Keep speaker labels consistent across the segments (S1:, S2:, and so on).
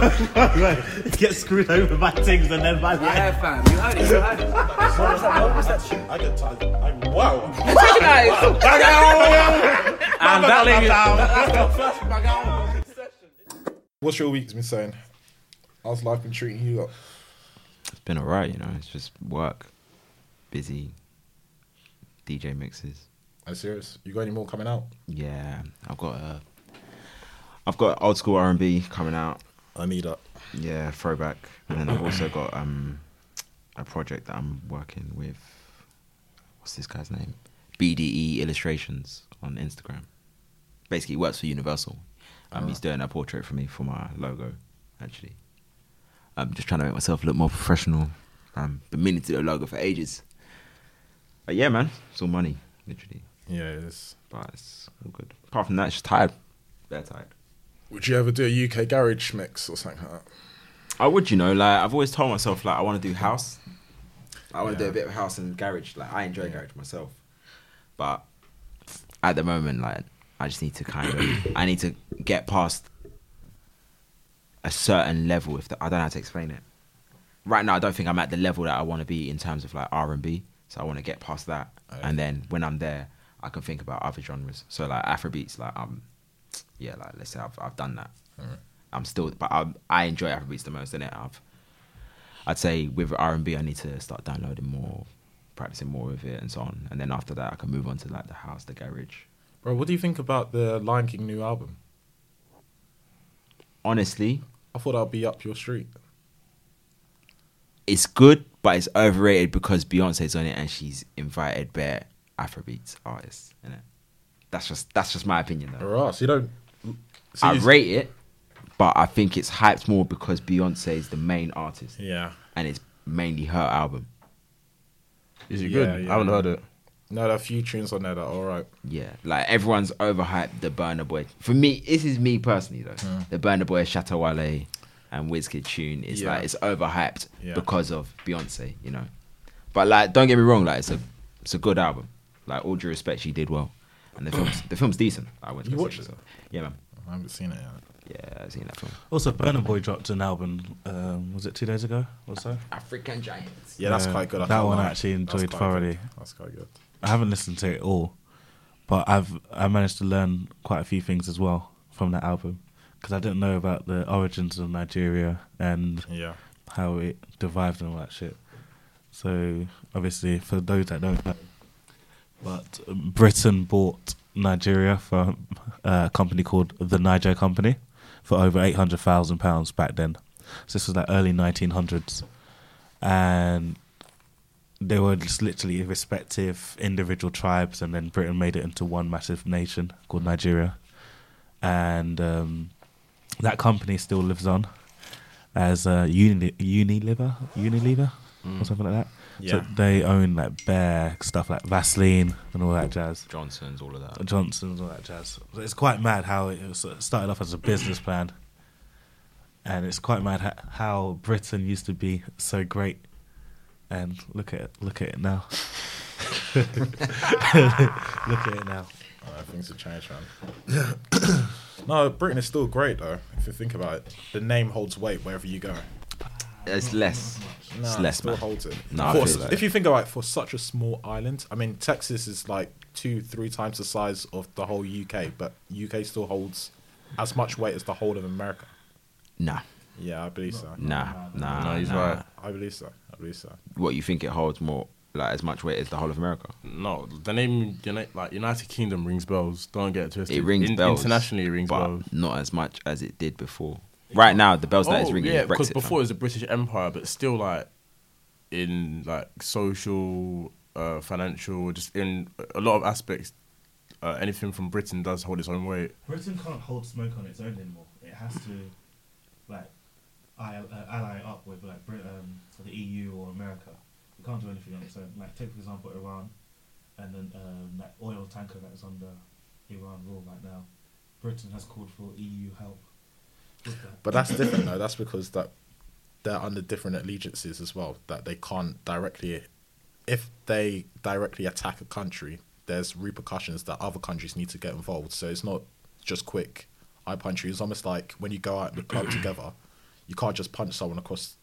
S1: Get screwed over by things and then by life.
S2: Yeah, fam. You heard it. You heard it.
S3: What was that? What was that shit? I get tired. I'm wow.
S2: Nice.
S1: And that leaves
S3: What's your week's been saying? How's life been treating you up?
S4: It's been alright, you know. It's just work, busy, DJ mixes.
S3: Are you serious? You got any more coming out?
S4: Yeah, I've got a, I've got old school R and B coming out.
S3: I need up.
S4: Yeah, throwback, and then I've also got um, a project that I'm working with. What's this guy's name? BDE Illustrations on Instagram. Basically, he works for Universal. Um, He's doing a portrait for me for my logo. Actually, I'm just trying to make myself look more professional. Um, been meaning to do a logo for ages. But yeah, man, it's all money, literally.
S3: Yeah, it is.
S4: But it's all good. Apart from that, it's just tired. They're tired.
S3: Would you ever do a UK garage mix or something like that?
S4: I would, you know, like I've always told myself like I want to do house. I want to
S3: Yeah.
S4: do a bit of house and garage. Like I enjoy garage myself, but at the moment, like I just need to kind of I need to get past a certain level. If the, I don't know how to explain it. Right now, I don't think I'm at the level that I want to be in terms of like R and B. So I want to get past that, and then when I'm there, I can think about other genres. So like Afrobeats, like um, yeah, like let's say I've I've done that. I'm still, but I I enjoy Afrobeats the most, and it I've I'd say with R and B, I need to start downloading more, practicing more with it, and so on. And then after that, I can move on to like the house, the garage.
S3: Bro, what do you think about the Lion King new album?
S4: Honestly,
S3: I thought I'd be up your street.
S4: it's good, but it's overrated because Beyonce's on it and she's invited bare Afrobeats artists in it. That's just that's just my opinion though.
S3: Or else you don't. So
S4: I
S3: you-
S4: rate it, but I think it's hyped more because Beyonce is the main artist
S3: Yeah.
S4: and it's mainly her album.
S5: Is it
S3: Yeah,
S5: good?
S3: yeah.
S5: I haven't heard it.
S3: No, there are a few tunes on there that are alright.
S4: Yeah, like everyone's overhyped the Burner Boy. For me, this is me personally though.
S3: Hmm.
S4: The Burner Boy, Shatawale, and Wizkid tune is
S3: Yeah.
S4: like it's overhyped
S3: Yeah.
S4: because of Beyonce, you know. But like, don't get me wrong, like it's a it's a good album. Like all due respect, she did well, and the film's the film's decent. I went to
S3: You
S4: go see
S3: watched it?
S4: myself. Yeah, man.
S3: I haven't seen it yet.
S4: Yeah, I seen that film.
S5: Also, Burner Boy dropped an album. Um, was it two days ago or so?
S4: African Giants.
S3: Yeah, that's
S5: Yeah,
S3: quite good. I
S5: that
S3: can't
S5: one I
S3: lie.
S5: actually
S3: That's
S5: enjoyed
S3: quite
S5: thoroughly.
S3: good. That's quite good.
S5: I haven't listened to it all, but I've I managed to learn quite a few things as well from that album because I didn't know about the origins of Nigeria and
S3: Yeah.
S5: how it derived and all that shit. So obviously, for those that don't know, but um, Britain bought Nigeria from uh, a company called the Niger Company for over eight hundred thousand pounds back then. So this was like early nineteen hundreds, and they were just literally respective individual tribes, and then Britain made it into one massive nation called Nigeria, and um, that company still lives on as uh, Uni- Unilever, Unilever, or something like that.
S3: Yeah.
S5: So they own like bare stuff like Vaseline and all that jazz.
S4: Johnson's, all of that.
S5: uh, Johnson's all that jazz. So It's quite mad how it was- it started off as a business plan, and it's quite mad ho- how Britain used to be so great, and look at it, look at it now. look at it now.
S3: Uh, things have changed, man. no, Britain is still great though. If you think about it, the name holds weight wherever you go.
S4: It's less.
S3: Nah,
S4: it's
S3: it
S4: less,
S3: still
S4: man.
S3: holds it.
S4: No, I
S3: For
S4: feel
S3: s-
S4: that.
S3: if you think about it, for such a small island, I mean, Texas is like two, three times the size of the whole UK, but UK still holds as much weight as the whole of America.
S4: Nah,
S3: Yeah, I believe so.
S4: nah, nah.
S5: No, he's
S4: nah.
S5: right.
S3: I believe so. I believe so.
S4: What you think it holds more, like as much weight as the whole of America?
S6: No, the name uni- like United Kingdom rings bells. Don't get it twisted.
S4: It rings
S6: In-
S4: bells.
S6: Internationally, it rings
S4: but
S6: bells.
S4: Not as much as it did before. Right now, the bells that is ringing
S6: Oh, yeah,
S4: is Brexit.
S6: because before it
S4: fam.
S6: was the British Empire, but still like in like social, uh, financial, just in a lot of aspects, uh, anything from Britain does hold its own weight.
S5: Britain can't hold smoke on its own anymore. It has to, like, ally up with like Britain, the EU or America. It can't do anything on its own. Like, take for example Iran, and then um, that oil tanker that is under Iran rule right now. Britain has called for EU help. with that.
S3: But that's different though. That's because that they're under different allegiances as well. That they can't directly, if they directly attack a country, there's repercussions that other countries need to get involved. So it's not just quick. I punch you. It's almost like when you go out in the club together, You can't just punch someone across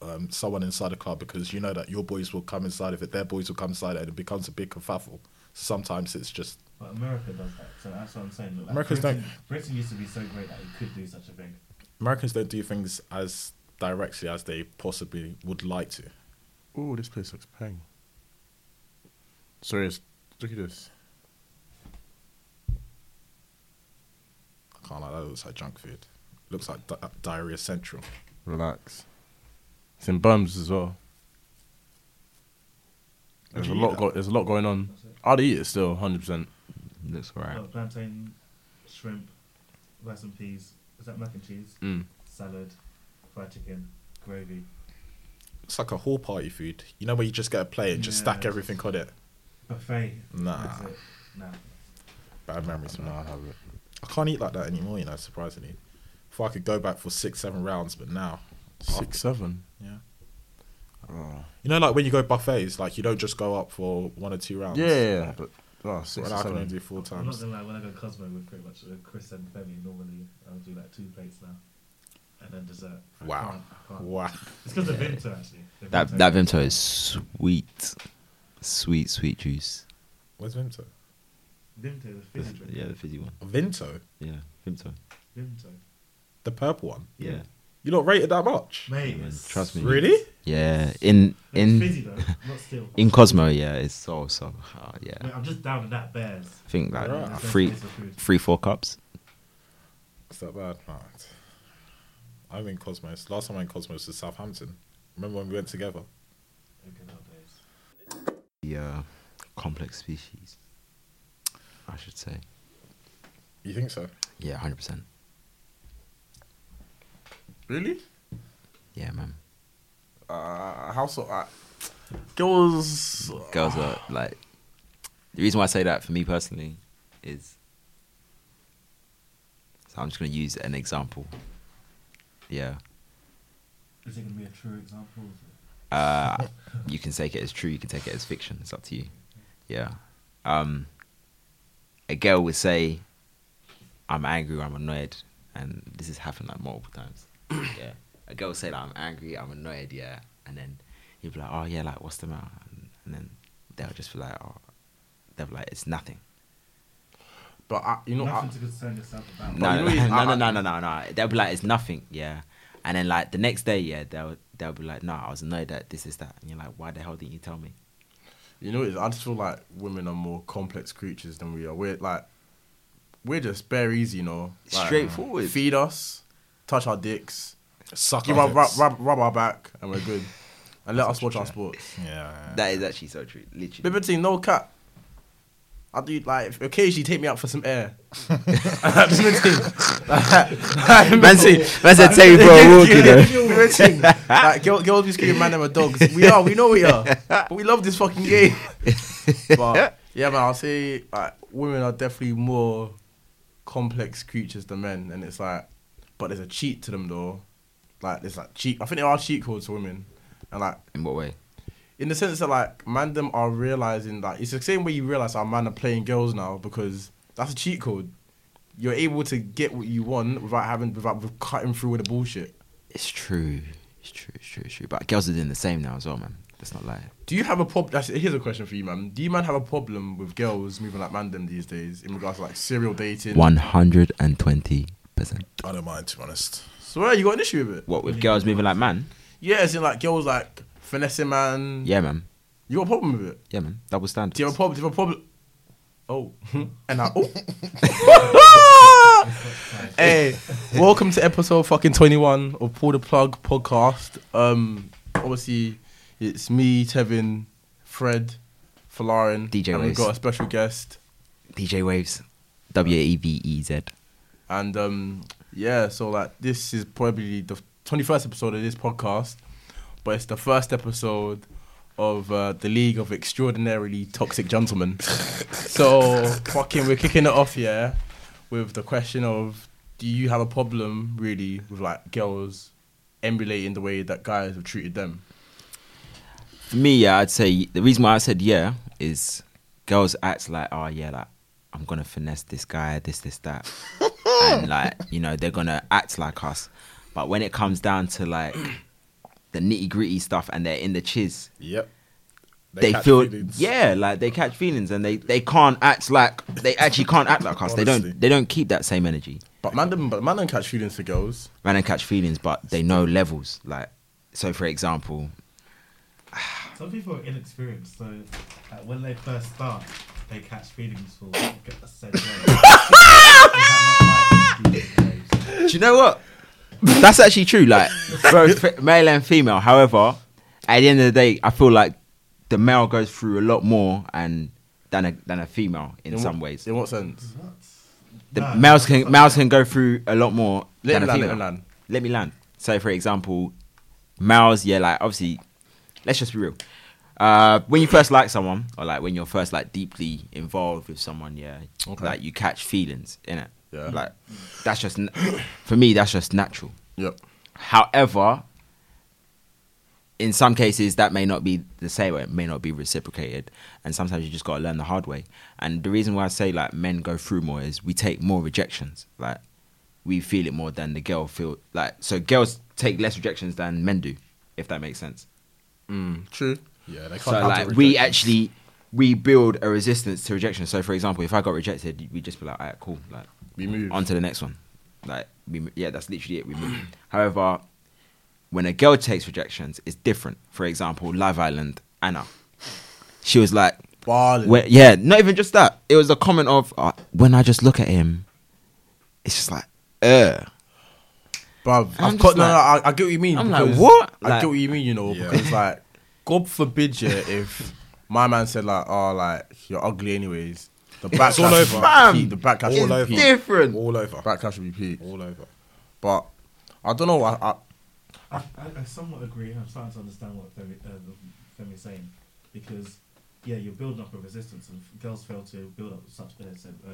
S3: um, someone inside a club because you know that your boys will come inside of it, their boys will come inside it, and it becomes a big kerfuffle. Sometimes it's just
S6: But America does that, so that's what I'm saying. Like,
S3: America's
S6: Britain, Britain used to be so great that it could do such a thing.
S3: Americans don't do things as directly as they possibly would like to.
S7: Oh, this place looks bang. Serious. Look at this.
S3: I can't lie, that looks like junk food. Looks like di- diarrhea central.
S7: Relax. It's in Bums as well. There's a
S3: Would you
S7: lot.
S3: eat
S7: Go- there's a lot going on. I'd eat it still, hundred percent.
S4: Looks alright.
S6: Got plantain, shrimp, rice and peas. Is that mac and cheese?
S7: Mm.
S6: Salad, fried chicken, gravy.
S3: It's like a hall party food. You know where you just get a plate and just stack
S6: Yeah.
S3: everything on it.
S6: Buffet.
S3: Nah.
S6: That's it. Nah.
S3: Bad memories, man.
S7: No, I'd have it.
S3: I can't eat like that anymore. You know, surprisingly. If I could go back for six, seven rounds, but now,
S7: Six, seven.
S3: yeah.
S7: Oh.
S3: You know, like when you go buffets, like you don't just go up for one or two rounds.
S7: Yeah, yeah, yeah, but oh, six
S3: Well,
S7: or
S3: I can only
S7: seven.
S3: do four
S6: I'm not
S3: times.
S6: gonna lie, when I go Cosmo with pretty much uh, Chris and Femi, normally I'll do like two plates now. And then dessert. I
S3: Wow.
S6: can't- I can't.
S3: Wow.
S6: It's because of Vimto actually. The
S4: That
S6: Vimto.
S4: that Vimto is sweet, sweet, sweet juice.
S3: Where's Vinto?
S6: Vimto, the fizzy drink.
S4: Yeah, the fizzy one.
S3: Vinto,
S4: Yeah, Vimto.
S6: Vimto.
S3: the purple one.
S4: Yeah,
S3: You not rated that much?
S6: Mate,
S4: man,
S6: it's-
S4: trust me.
S3: Really?
S4: yeah. In
S6: it's fizzy
S4: in
S6: though, not still.
S4: in Cosmo, yeah, it's so so. Oh, yeah,
S6: Mate, I'm just down with that bears.
S4: I think like
S3: Right.
S4: three
S6: That's the food.
S4: three four cups.
S3: It's that bad. Alright. I'm in Cosmos. Last time I went Cosmos was Southampton. Remember when we went together?
S6: Good old days.
S4: The uh, complex species, I should say.
S3: You think so?
S4: Yeah, hundred percent.
S7: Really?
S4: Yeah, man.
S7: Uh, how so? Uh, girls.
S4: Girls are like. The reason why I say that for me personally is. So I'm just gonna use an example. Yeah.
S6: Is it gonna be a true example? Is it?
S4: uh, you can take it as true, you can take it as fiction. It's up to you. Yeah. Um, a girl would say, "I'm angry, I'm annoyed," and this has happened like multiple times. yeah. A girl would say that I'm angry, I'm annoyed, yeah, and then you'd be like, "Oh yeah, like what's the matter?" And, and then they'll just be like, "Oh," they'll be like, "It's nothing."
S7: But I, you know, I,
S6: Nothing to concern yourself about.
S4: No,
S7: you know,
S4: no,
S7: I-
S4: no, no, no, no, no. They'll be like, "It's nothing," yeah. And then like the next day, yeah, they'll they'll be like, "No, I was annoyed that this is that," and you're like, "Why the hell didn't you tell me?"
S7: you know, it's- I just feel like women are more complex creatures than we are. We're like, we're just bare easy, you know. Like,
S4: Straightforward.
S7: Feed us, touch our dicks,
S3: Suck
S7: give
S3: our
S7: our, rub,
S3: dicks.
S7: rub, rub our back, and we're good. And let us watch our sports.
S3: Yeah, yeah.
S4: That is actually so true. Literally.
S7: Liberty, no cut. I do like if- occasionally take me out for some air. Liberty,
S4: Man said, man said, take me for a walk, you know.
S7: Liberty, like, girl- girls be screaming, man, them are dogs. We are, we know we are. But we love this fucking game. But yeah, man, I'll say like women are definitely more complex creatures than men, and it's like, but there's a cheat to them though. Like there's like cheat. I think there are cheat codes to women, and like
S4: In what way?
S7: in the sense that like man them are realizing that it's the same way you realize our man are playing girls now because that's a cheat code. You're able to get what you want without having without cutting through with the bullshit.
S4: It's true. It's true. It's true. It's true. But girls are doing the same now as well, man. Let's not lie.
S7: Do you have a problem? Here's a question for you, man. Do you man have a problem with girls moving like man them these days in regards to like serial dating?
S4: One hundred and twenty percent.
S3: I don't mind to be honest.
S7: Swear, you got an issue with it?
S4: What with girls moving like man?
S7: Yeah, it's in like girls like finessing man.
S4: Yeah, man.
S7: You got a problem with it?
S4: Yeah, man. Double standards.
S7: Do you have a problem? Do you have a problem? Oh, and I oh. hey, welcome to episode fucking twenty one of Pull the Plug podcast. Um, obviously it's me, Tevin, Fred, Falarin,
S4: DJ
S7: and we've
S4: Waves.
S7: got a special guest.
S4: DJ Waves. W a e v e z.
S7: And um, yeah, so like this is probably the twenty first episode of this podcast, but it's the first episode of uh, the League of Extraordinarily Toxic Gentlemen. so fucking, we're kicking it off, yeah, with the question of do you have a problem really with like girls emulating the way that guys have treated them?
S4: For me, yeah, I'd say the reason why I said yeah is girls act like, oh yeah, like I'm gonna finesse this guy, this, this, that, and like you know they're gonna act like us, But when it comes down to like the nitty gritty stuff and they're in the chiz,
S3: Yep.
S4: they,
S3: catch
S4: feel
S3: feelings.
S4: yeah, like they catch feelings and they they can't act like they actually can't act like us. They
S3: Honestly.
S4: don't they don't keep that same energy.
S7: But man, don't- but man don't catch feelings for girls.
S4: Man don't catch feelings, but they know levels. Like so, for example,
S6: Some people are inexperienced, so like, when they first start, they catch feelings for get the same way.
S4: do you know what? That's actually true. Like both fe- male and female. However, at the end of the day, I feel like the male goes through a lot more and than a than a female in
S7: In
S4: some
S7: what-
S4: ways.
S7: In what sense?
S4: The
S6: Nah,
S4: males
S6: that's
S4: can males can go through a lot more
S7: Let
S4: than
S7: me
S4: a
S7: land,
S4: female.
S7: let me land.
S4: Let me land. So, for example, males, yeah, like obviously, let's just be real. Uh, when you first like someone, or like when you're first like deeply involved with someone, yeah,
S7: Okay.
S4: like you catch feelings in it.
S7: Yeah.
S4: Like that's just n- for me. That's just natural.
S7: Yep.
S4: However, in some cases, that may not be the same. Or it may not be reciprocated, and sometimes you just got to learn the hard way. And the reason why I say like men go through more is we take more rejections. Like we feel it more than the girl feel. Like so, girls take less rejections than men do, if that makes sense.
S7: True.
S3: Yeah, they can't.
S4: So
S3: handle
S4: like we
S3: rejection.
S4: actually we build a resistance to rejection. So for example, if I got rejected, we just be like, alright, cool, like
S7: We move.
S4: on to the next one. Like we, mo- yeah, that's literally it. We move. However, when a girl takes rejections, it's different. For example, Live Island Anna, she was like,
S7: Ballin'.
S4: where- yeah, not even just that. It was a comment of "Uh, when I just look at him, it's just like, uh
S7: Bruv,
S4: I'm
S7: I've
S4: just
S7: got, no, no, I,
S4: like-
S7: I get what you mean.
S4: I'm like,
S7: because-
S4: what?
S7: I
S4: Like-
S7: get what you mean, you know,
S3: Yeah.
S7: because like, God forbid you if my man said like, oh, like you're ugly anyways. The backlash,
S3: all
S7: would
S3: over.
S7: be
S4: Fam,
S7: peak, the backlash,
S3: all
S7: would be
S3: over.
S7: peak.
S4: different.
S3: all over,
S7: Backlash would be peak.
S3: all over.
S7: But I don't know. I, I,
S6: I, I, I somewhat agree. I'm starting to understand what Femi, uh, the- Femi's saying because yeah, you're building up a resistance, and girls fail to build up such uh,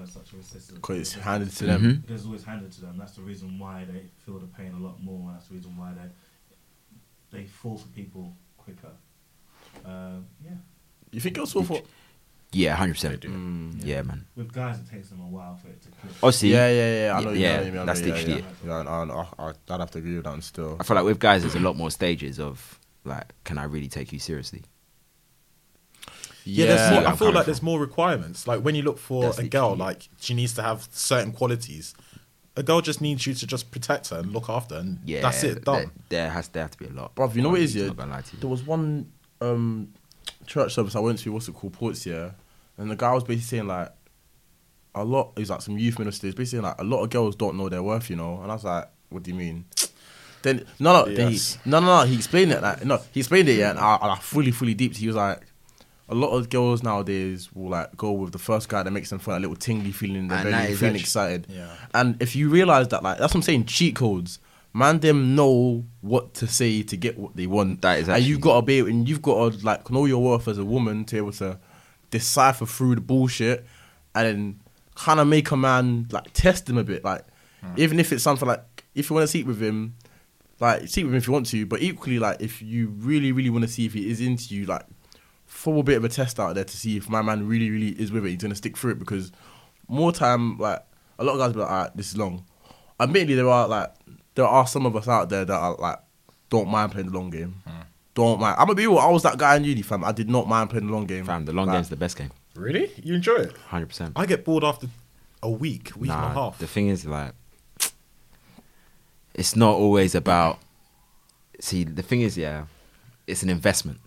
S6: uh, such a resistance
S7: cause it's handed to them.
S4: Mhm.
S6: because it's always handed to them. That's the reason why they feel the pain a lot more. and That's the reason why they they fall for people quicker. Um, yeah,
S7: You think girls will for?
S4: yeah, hundred percent.
S7: Mm.
S4: Yeah, man.
S6: with guys it takes them a while for it to click.
S4: Obviously,
S7: Yeah, yeah, yeah. I
S4: Yeah,
S7: know.
S4: yeah,
S7: you know what you mean, I know,
S4: that's
S7: yeah,
S4: literally
S7: yeah. Yeah, I, I, I, I'd have to agree with that one still.
S4: I feel like with guys, there's a lot more stages of like, can I really take you seriously?
S3: Yeah, there's more,
S4: Yeah,
S3: I
S4: I'm
S3: feel
S4: coming
S3: like
S4: from.
S3: there's more requirements. Like when you look for
S4: That's
S3: a
S4: the
S3: girl,
S4: key.
S3: like she needs to have certain qualities. A girl just needs you to just protect her and look after, her and
S4: Yeah,
S3: that's it.
S4: There,
S3: Done.
S4: there has there have to be a lot,
S7: Bruv, you know what it is,
S4: I'm
S7: yeah?
S4: not gonna lie to you.
S7: There was one um, church service I went to, what's it called, Ports, yeah? And the guy was basically saying, like, a lot, he was like some youth minister, he's basically saying, like, a lot of girls don't know their worth, you know? And I was like, what do you mean? Then, no, no, then he,
S3: Yes.
S7: no, no, no, he explained it, like, no, he explained it, yeah, and I, and I fully, fully deep. He was like, a lot of girls nowadays will like go with the first guy that makes them feel that little tingly feeling in their
S4: And
S7: belly,
S4: that
S7: feeling
S4: is actu-
S7: excited.
S3: Yeah.
S7: And if you realize that, like, that's what I'm saying, cheat codes. Man, them know what to say to get what they want.
S4: That is
S7: and
S4: actually-
S7: you've got to be, and you've got to like know your worth as a woman to be able to decipher through the bullshit, and then kind of make a man like test him a bit. Like,
S4: Hmm.
S7: even if it's something like, if you want to sleep with him, like sleep with him if you want to, but equally like if you really, really want to see if he is into you, like throw a bit of a test out there to see if my man really, really is with it. He's gonna stick through it because more time, like a lot of guys be like, alright, this is long. Admittedly, there are like there are some of us out there that are like don't mind playing the long game.
S4: Hmm.
S7: Don't mind. I'm gonna be real. I was that guy in uni, fam. I did not mind playing the long game.
S4: Fam, the long
S7: Like,
S4: game's the best game.
S3: Really, you enjoy it?
S4: Hundred percent.
S3: I get bored after a week, week and a half.
S4: The thing is, like, it's not always about. See, the thing is, yeah, it's an investment.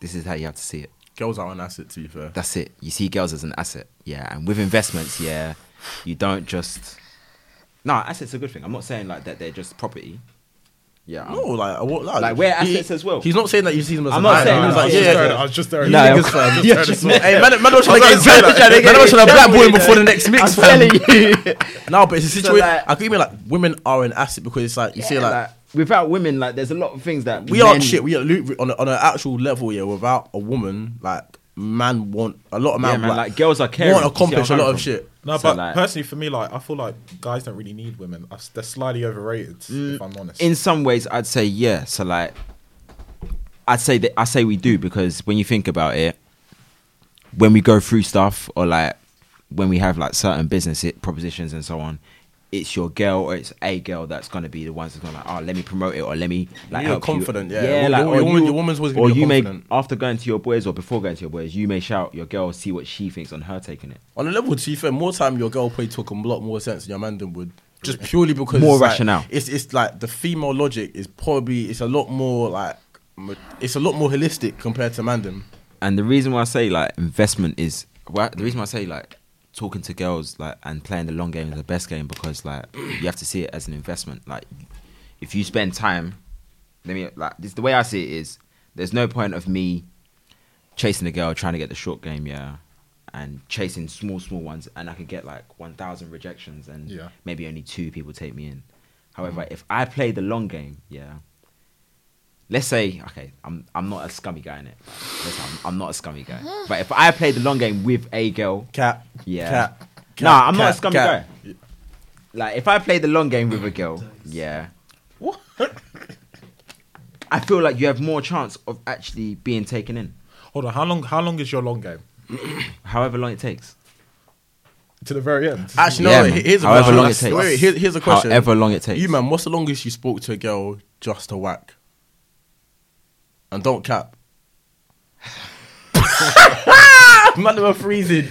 S4: This is how you have to see it.
S7: Girls are an asset, to be fair.
S4: That's it. You see girls as an asset, yeah, and with investments, yeah, you don't just. No, assets are a good thing. I'm not saying like that they're just property. Yeah. I'm-
S7: No, like, I wa-
S4: Like, we're assets as well.
S7: He's not saying that you see them as
S4: I'm
S7: an
S4: not
S7: asset.
S4: saying
S7: He's
S4: that.
S3: I
S7: like,
S3: was
S7: yeah,
S3: just
S7: yeah,
S3: there-
S7: yeah.
S3: I was just there.
S4: No,
S3: Niggas, fam, just there to sort-
S7: Hey, man, man, I'm trying to
S3: I
S7: get
S3: was gonna say, like,
S7: man, man, I'm trying to blackball him before the next mix.
S4: I'm
S7: fam.
S4: telling you.
S7: No, but it's a
S4: So,
S7: situation.
S4: like-
S7: I think like women are an asset because it's like you see,
S4: Yeah,
S7: like,
S4: without women, like there's a lot of things that
S7: we
S4: men-
S7: aren't shit. We are lu- on a, on an actual level, yeah. Without a woman, like man, want a lot of man,
S4: Yeah, man, like, girls are caring.
S7: Want
S4: You see
S7: accomplish a
S4: where I'm
S7: lot of
S4: coming
S7: shit.
S3: No,
S4: So,
S3: but
S4: like-
S3: personally, for me, like I feel like guys don't really need women. I- They're slightly overrated,
S7: Mm,
S3: if I'm honest.
S4: in some ways i'd say yeah so like i'd say that i say we do because when you think about it when we go through stuff or like when we have like certain business i- propositions and so on it's your girl or it's a girl that's gonna be the ones that's gonna like, oh, let me promote it or let me like
S7: You're
S4: help you."
S7: confident, yeah.
S4: yeah.
S7: Your-
S4: like,
S7: your
S4: or
S7: woman-
S4: you-
S7: your woman's always gonna
S4: or
S7: be
S4: you may
S7: confident.
S4: after going to your boys or before going to your boys, you may shout your girl, see what she thinks on her taking it.
S7: On a level, to be fair, more time your girl probably took a lot more sense than your man done would. Just purely because
S4: More
S7: it's like-
S4: rationale.
S7: it's it's like the female logic is probably it's a lot more like ma- it's a lot more holistic compared to mandem.
S4: and the reason why I say like investment is why, the reason why I say like talking to girls like and playing the long game is the best game because like you have to see it as an investment. Like if you spend time, let me like this the way I see it is there's no point of me chasing a girl trying to get the short game, yeah, and chasing small small ones, and I could get like one thousand rejections and
S3: Yeah.
S4: maybe only two people take me in. However, if I play the long game, yeah, let's say okay i'm i'm not a scummy guy in it Listen, I'm, I'm not a scummy guy but if i play the long game with a girl
S7: Cat,
S4: yeah
S7: cat,
S4: no
S7: cat,
S4: i'm not a
S7: cat,
S4: scummy
S7: cat.
S4: guy like if i play the long game with a girl yeah i feel like you have more chance of actually being taken in
S3: Hold on, how long? How long is your long game?
S4: however long it takes
S3: To the very end.
S7: Actually,
S4: Yeah,
S7: no.
S4: man.
S7: here's a
S4: However
S7: question.
S4: long it
S7: That's-
S4: takes.
S7: Wait, here- here's a question.
S4: However long it takes.
S7: You man, what's the longest you spoke to a girl just to whack? And don't cap. man, they were freezing.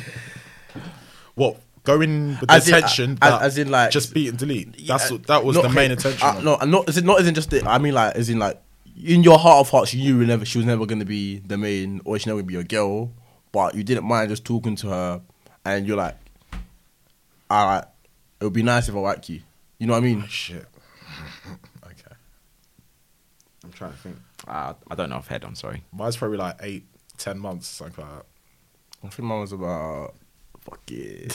S3: What? Going with the
S7: As in- uh,
S3: intention,
S7: as-
S3: that
S7: as in, like-
S3: just beat and delete. That's
S7: Yeah,
S3: what that was
S7: not
S3: the main
S7: hate.
S3: intention.
S7: Uh, no, not as in not as in just. The, I mean, like as in like in your heart of hearts, you knew never she was never gonna be the main, or she never gonna be your girl. But you didn't mind just talking to her, and you're like, all right, it would be nice if I whack you. You know what I mean?
S3: Oh, Shit. okay.
S4: i'm trying to think uh, i don't know off head i'm sorry
S3: Mine's probably like eight, ten months, something like that.
S7: I think mine was about fucking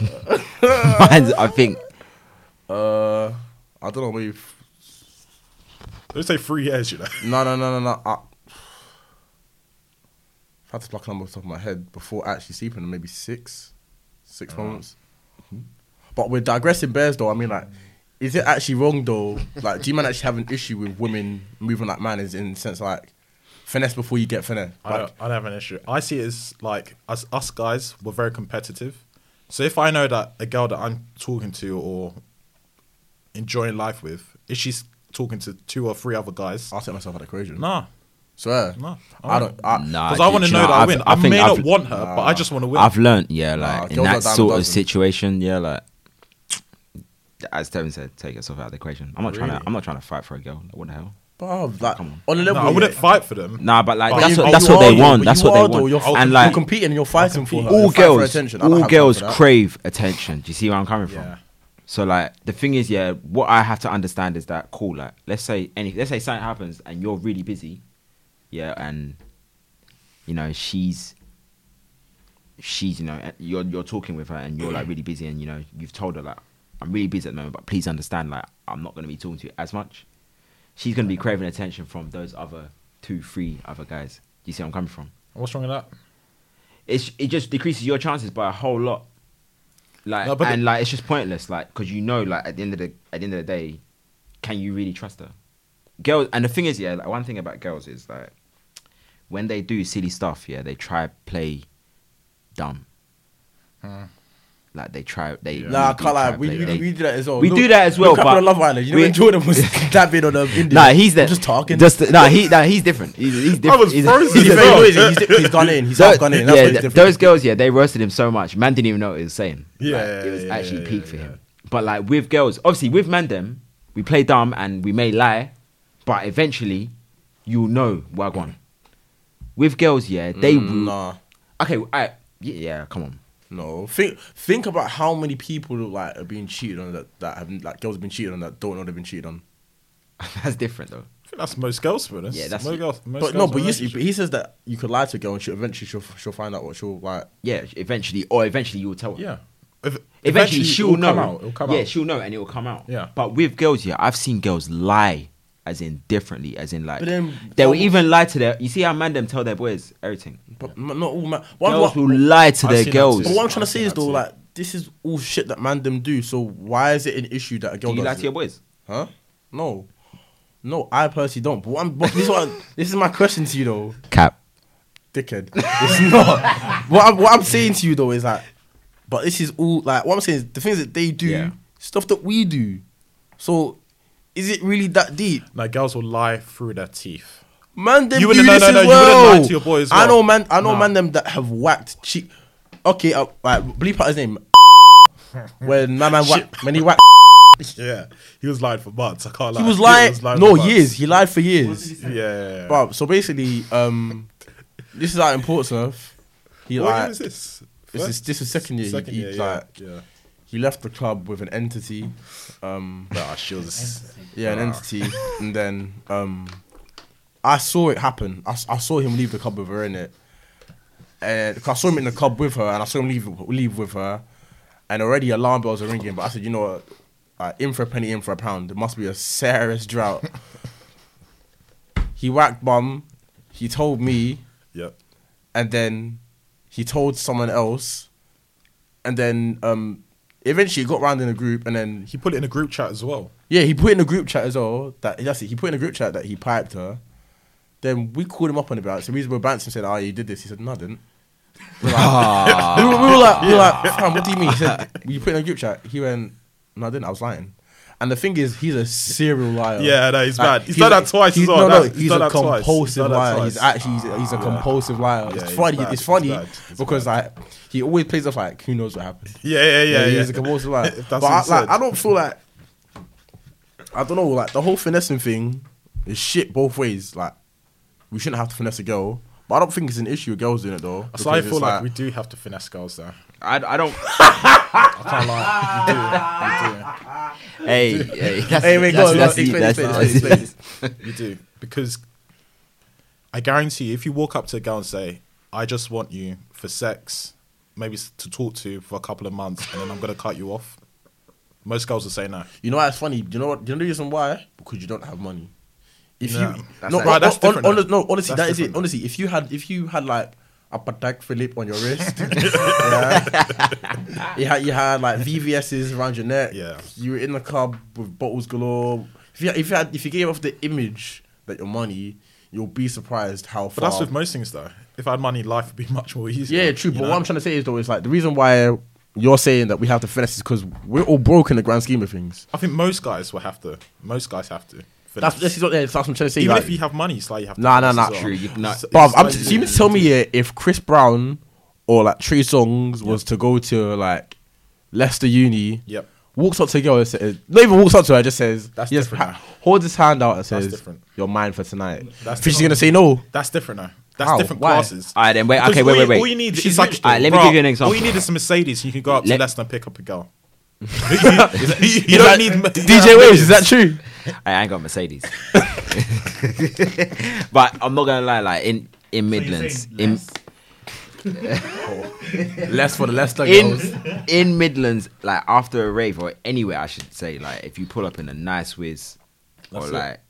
S4: Mine's- i think
S7: uh, I don't know maybe f-
S3: Let's say three years, you know.
S7: no no no no no. I, if I had to pluck a number off the top of my head before actually sleeping, maybe six, six months. Hmm. But we're digressing bears though. I mean, like, is it actually wrong though? Like, do you man actually have an issue with women moving like man? Is in the sense like finesse before you get finesse?
S3: I
S7: Like,
S3: don't, I don't have an issue. I see it as like us, us guys, we're very competitive. So if I know that a girl that I'm talking to or enjoying life with, if she's talking to two or three other guys,
S7: I'll take myself out of the equation.
S3: nah,
S7: Swear.
S3: nah.
S7: I don't. I,
S4: Nah,
S3: Because
S4: do
S3: I
S4: you
S3: want to know
S4: what?
S3: that I
S4: I've-
S3: win. I,
S4: think
S3: may
S4: I've-
S3: not want her, but I just want to win.
S4: I've learnt, yeah, like in
S7: girls
S4: that
S7: like that
S4: sort of
S7: doesn't.
S4: situation, yeah, like as Tevin said, take yourself out of the equation. I'm not trying
S3: Really?
S4: to. I'm not trying to fight for a girl. Like, what the hell?
S7: Bruv, like,
S4: Come
S7: on a
S3: No,
S7: level,
S3: I wouldn't
S7: yeah.
S3: fight for them.
S4: Nah, but like
S7: But
S4: that's
S7: you-
S4: what
S7: but
S4: that's
S7: you
S4: what they
S7: are,
S4: want.
S7: though.
S4: That's
S7: You
S4: what
S7: are,
S4: they
S7: though.
S4: want.
S7: You're, f-
S4: and
S7: you're
S4: like
S7: competing and you're fighting for her.
S4: all
S7: You're fighting for
S4: girls,
S7: attention. I don't
S4: all
S7: have time
S4: girls
S7: for that.
S4: crave attention. Do you see where I'm coming from?
S3: Yeah.
S4: So like the thing is, yeah, what I have to understand is that cool. Like let's say any, let's say something happens and you're really busy, yeah, and you know she's she's you know you're you're talking with her and you're like really busy and you know you've told her like I'm really busy at the moment, but please understand like I'm not going to be talking to you as much. She's going to be craving attention from those other two, three other guys. Do you see where I'm coming from?
S3: What's wrong with that?
S4: it's it just decreases your chances by a whole lot. Like
S3: No, but
S4: and
S3: the-
S4: like it's just pointless. Like because you know, like at the end of the at the end of the day, can you really trust her? Girls and the thing is, yeah, like one thing about girls is like when they do silly stuff, yeah, they try play dumb. Like they try, they really
S7: Nah, I
S4: do
S7: can't
S4: try
S7: lie. We,
S4: play-
S7: we,
S4: they-
S7: we do that as well.
S4: We
S7: Look-
S4: do that as well,
S7: Look up
S4: but
S7: on Love Island. You know
S4: we-
S7: when Jordan was dabbing on um, India.
S4: Nah, he's there.
S7: Just talking.
S4: Just nah, he nah, he's different. He's, he's different.
S3: was
S4: he's,
S3: frozen.
S7: he's,
S4: he's
S3: as
S7: very
S3: well.
S7: noisy. He's, he's gone in. He's
S4: Tho-
S7: half gone in. That's
S4: yeah,
S7: what's
S4: th-
S7: different.
S4: those girls, yeah, they roasted him so much. Man didn't even know what he was saying. Like,
S3: Yeah,
S4: it was
S3: yeah,
S4: actually
S3: yeah,
S4: peak for
S3: yeah.
S4: him. But like with girls, obviously with man them, we play dumb and we may lie, but eventually you'll know wagwan. With girls, yeah, they will.
S7: Mm, Nah,
S4: Okay, I yeah, yeah, come on.
S7: no. Think think about how many people like are being cheated on that that have like girls have been cheated on that don't know they've been cheated on.
S4: That's different though.
S3: I think that's most girls, to be honest.
S4: Yeah, that's-
S3: most girls. Most
S7: But no,
S3: girls
S7: but
S3: are
S7: you,
S3: relationship.
S7: but he says that you could lie to a girl and she eventually she'll she'll find out what she'll like.
S4: Yeah, eventually, or eventually you'll tell her.
S3: yeah. If-
S4: Eventually, she'll
S3: it'll
S4: know.
S3: Come out. It'll come
S4: yeah,
S3: out.
S4: she'll know, and it'll come out.
S3: Yeah.
S4: But with girls, yeah, I've seen girls lie, as in differently, as in like
S7: But then-
S4: they will even lie to their. You see how man them tell their boys everything.
S7: But m- not all man.
S4: girls will lie to
S3: I've
S4: their
S3: seen that
S4: girls.
S3: too.
S7: But what I'm
S3: I've
S7: trying to
S3: seen
S7: say is
S3: that
S7: though,
S3: too.
S7: like this is all shit that man them do. So why is it an issue that a girl
S4: Do you
S7: does
S4: lie to
S7: it?
S4: your boys?
S7: Huh? No, no, I personally don't. But, what I'm, but this is what this is my question to you though,
S4: Cap.
S7: dickhead. It's not. what I'm what I'm saying to you though is like But this is all like what I'm saying is the things that they do,
S4: Yeah.
S7: stuff that we do. So is it really that deep?
S3: Like girls will lie through their teeth.
S7: Man, them
S3: You
S7: you
S3: wouldn't- no,
S7: do this
S3: no,
S7: as
S3: no, you wouldn't
S7: well.
S3: lie to your boy as
S7: I
S3: well.
S7: know man. I know
S3: Nah.
S7: man them that have whacked cheek. Okay, uh, like bleep out his name. when my man whacked, when he whacked,
S3: Yeah, he was lying for months. I can't lie.
S7: he was lying. no,
S3: for months.
S7: years. He lied for years.
S3: Yeah, yeah, yeah.
S7: Bruv, so basically, um, this is out in Portsmouth. He
S3: what
S7: like
S3: year was this?
S7: this is- this was second year. He-
S3: Second
S7: he,
S3: year,
S7: like-
S3: yeah. yeah.
S7: he left the club with an entity, um,
S3: Nah, she was.
S7: yeah, an entity, and then um, I saw it happen. I, s- I saw him leave the club with her in it, and 'cause I saw him in the club with her, and I saw him leave leave with her, and already alarm bells are ringing. But I said, you know what, uh, in for a penny, in for a pound. There must be a serious drought. he whacked bum. He told me.
S3: Yep.
S7: and then he told someone else, and then um, eventually it got round in a group, and then
S3: He put it in a group chat as well.
S7: yeah, he put in a group chat as well. That that's it. He put in a group chat that he piped her. Then we called him up on about it. So we were bouncing. Said, "Oh, you did this." He said, "No, I didn't." We were like, we were, we were like, we were like "Fam, what do you mean?" He said, "You put in a group chat." He went, "No, I didn't. I was lying." And the thing is, he's a serial liar.
S3: Yeah, no, he's
S7: Like,
S3: bad. He's, done that twice
S7: he's-
S3: as well.
S7: No, no,
S3: That-
S7: he's
S3: done
S7: a
S3: that twice.
S7: compulsive
S3: done that
S7: liar.
S3: twice. Ah.
S7: He's actually he's, he's a compulsive liar.
S3: Yeah,
S7: it's
S3: he's
S7: funny.
S3: bad,
S7: It's funny
S3: he's bad, he's
S7: because like he always plays off like who knows what happened.
S3: Yeah, yeah, yeah. yeah,
S7: He's a compulsive liar.
S3: That's
S7: but
S3: what
S7: I,
S3: he
S7: like,
S3: said.
S7: I don't feel like I don't know. Like the whole finessing thing is shit both ways. Like we shouldn't have to finesse a girl, but I don't think it's an issue with girls doing it though.
S3: So I
S7: because
S3: feel
S7: it's
S3: like, we do have to finesse girls there.
S4: I, I don't.
S3: I can't lie. We do. We do.
S4: hey, hey, that's,
S7: Hey, wait, go
S4: that's,
S7: on,
S4: that's,
S7: explain,
S4: that's,
S7: explain,
S4: that's-
S7: explain, explain.
S3: You do because I guarantee you, if you walk up to a girl and say, "I just want you for sex, maybe s- to talk to for a couple of months, and then I'm gonna cut you off," most girls will say no.
S7: You know what's funny? Do you know what? Do you know the reason why? Because you don't have money. If
S3: Yeah.
S7: you
S4: That's
S7: no,
S4: like-
S7: but
S3: Bruh, that's
S7: hon-
S3: different
S7: hon-
S3: though.
S7: no, honestly,
S3: That's
S7: that is
S3: different
S7: it. Honestly, if you had if you had like a Patek Philippe on your wrist, yeah, you had you had like VVS's around your neck.
S3: Yeah.
S7: you were in the club with bottles galore. If you if you had if you gave off the image that your money, you'll be surprised how
S3: But
S7: far.
S3: that's with most things, though. If I had money, life would be much more easier.
S7: yeah, true.
S3: you
S7: But
S3: know?
S7: what I'm trying to say is though is like the reason why you're saying that we have to finesse is because we're all broke in the grand scheme of things.
S3: I think most guys will have to. Most guys have to.
S7: That's,
S3: finesse.
S7: that's, what- that's what I'm trying to say.
S3: even
S7: like-
S3: if you have money, it's like you have. to
S7: Nah, nah,
S3: finesse
S7: nah.
S3: as
S4: True,
S3: well.
S4: you- nah.
S3: So-
S7: Bruv,
S3: it's
S7: I'm
S3: like-
S7: just, you mean to tell me yeah, if Chris Brown or like Trey Songs was to go to like Leicester Uni,
S3: Yep.
S7: walks up to a girl and says, not even walks up to her, just says,
S3: That's
S7: yes,
S3: different,
S7: ha- holds his hand out and says,
S3: different.
S7: "You're mine for tonight."
S3: That's
S7: She's
S3: different.
S7: gonna say no.
S3: That's different now. That's
S7: How?
S3: different
S7: Why?
S3: classes.
S4: All right, then, wait,
S3: Because
S4: okay,
S3: all
S4: wait,
S3: you-
S4: wait, wait.
S3: All you need
S4: She's
S3: is like,
S4: rich, though. All right, let me
S3: bruh,
S4: give you an example.
S3: All you need is a Mercedes. You can go up to
S4: Let-
S3: Leicester and pick up a girl. you you don't need
S7: DJ Waves, is that true?
S4: I ain't got Mercedes. but I'm not gonna lie, like in in Midlands,
S5: saying
S4: in
S5: less?
S7: Less for the Leicester
S4: in
S7: girls.
S4: in Midlands, like after a rave or anywhere, I should say, like if you pull up in a nice whiz, or
S3: That's it.
S4: like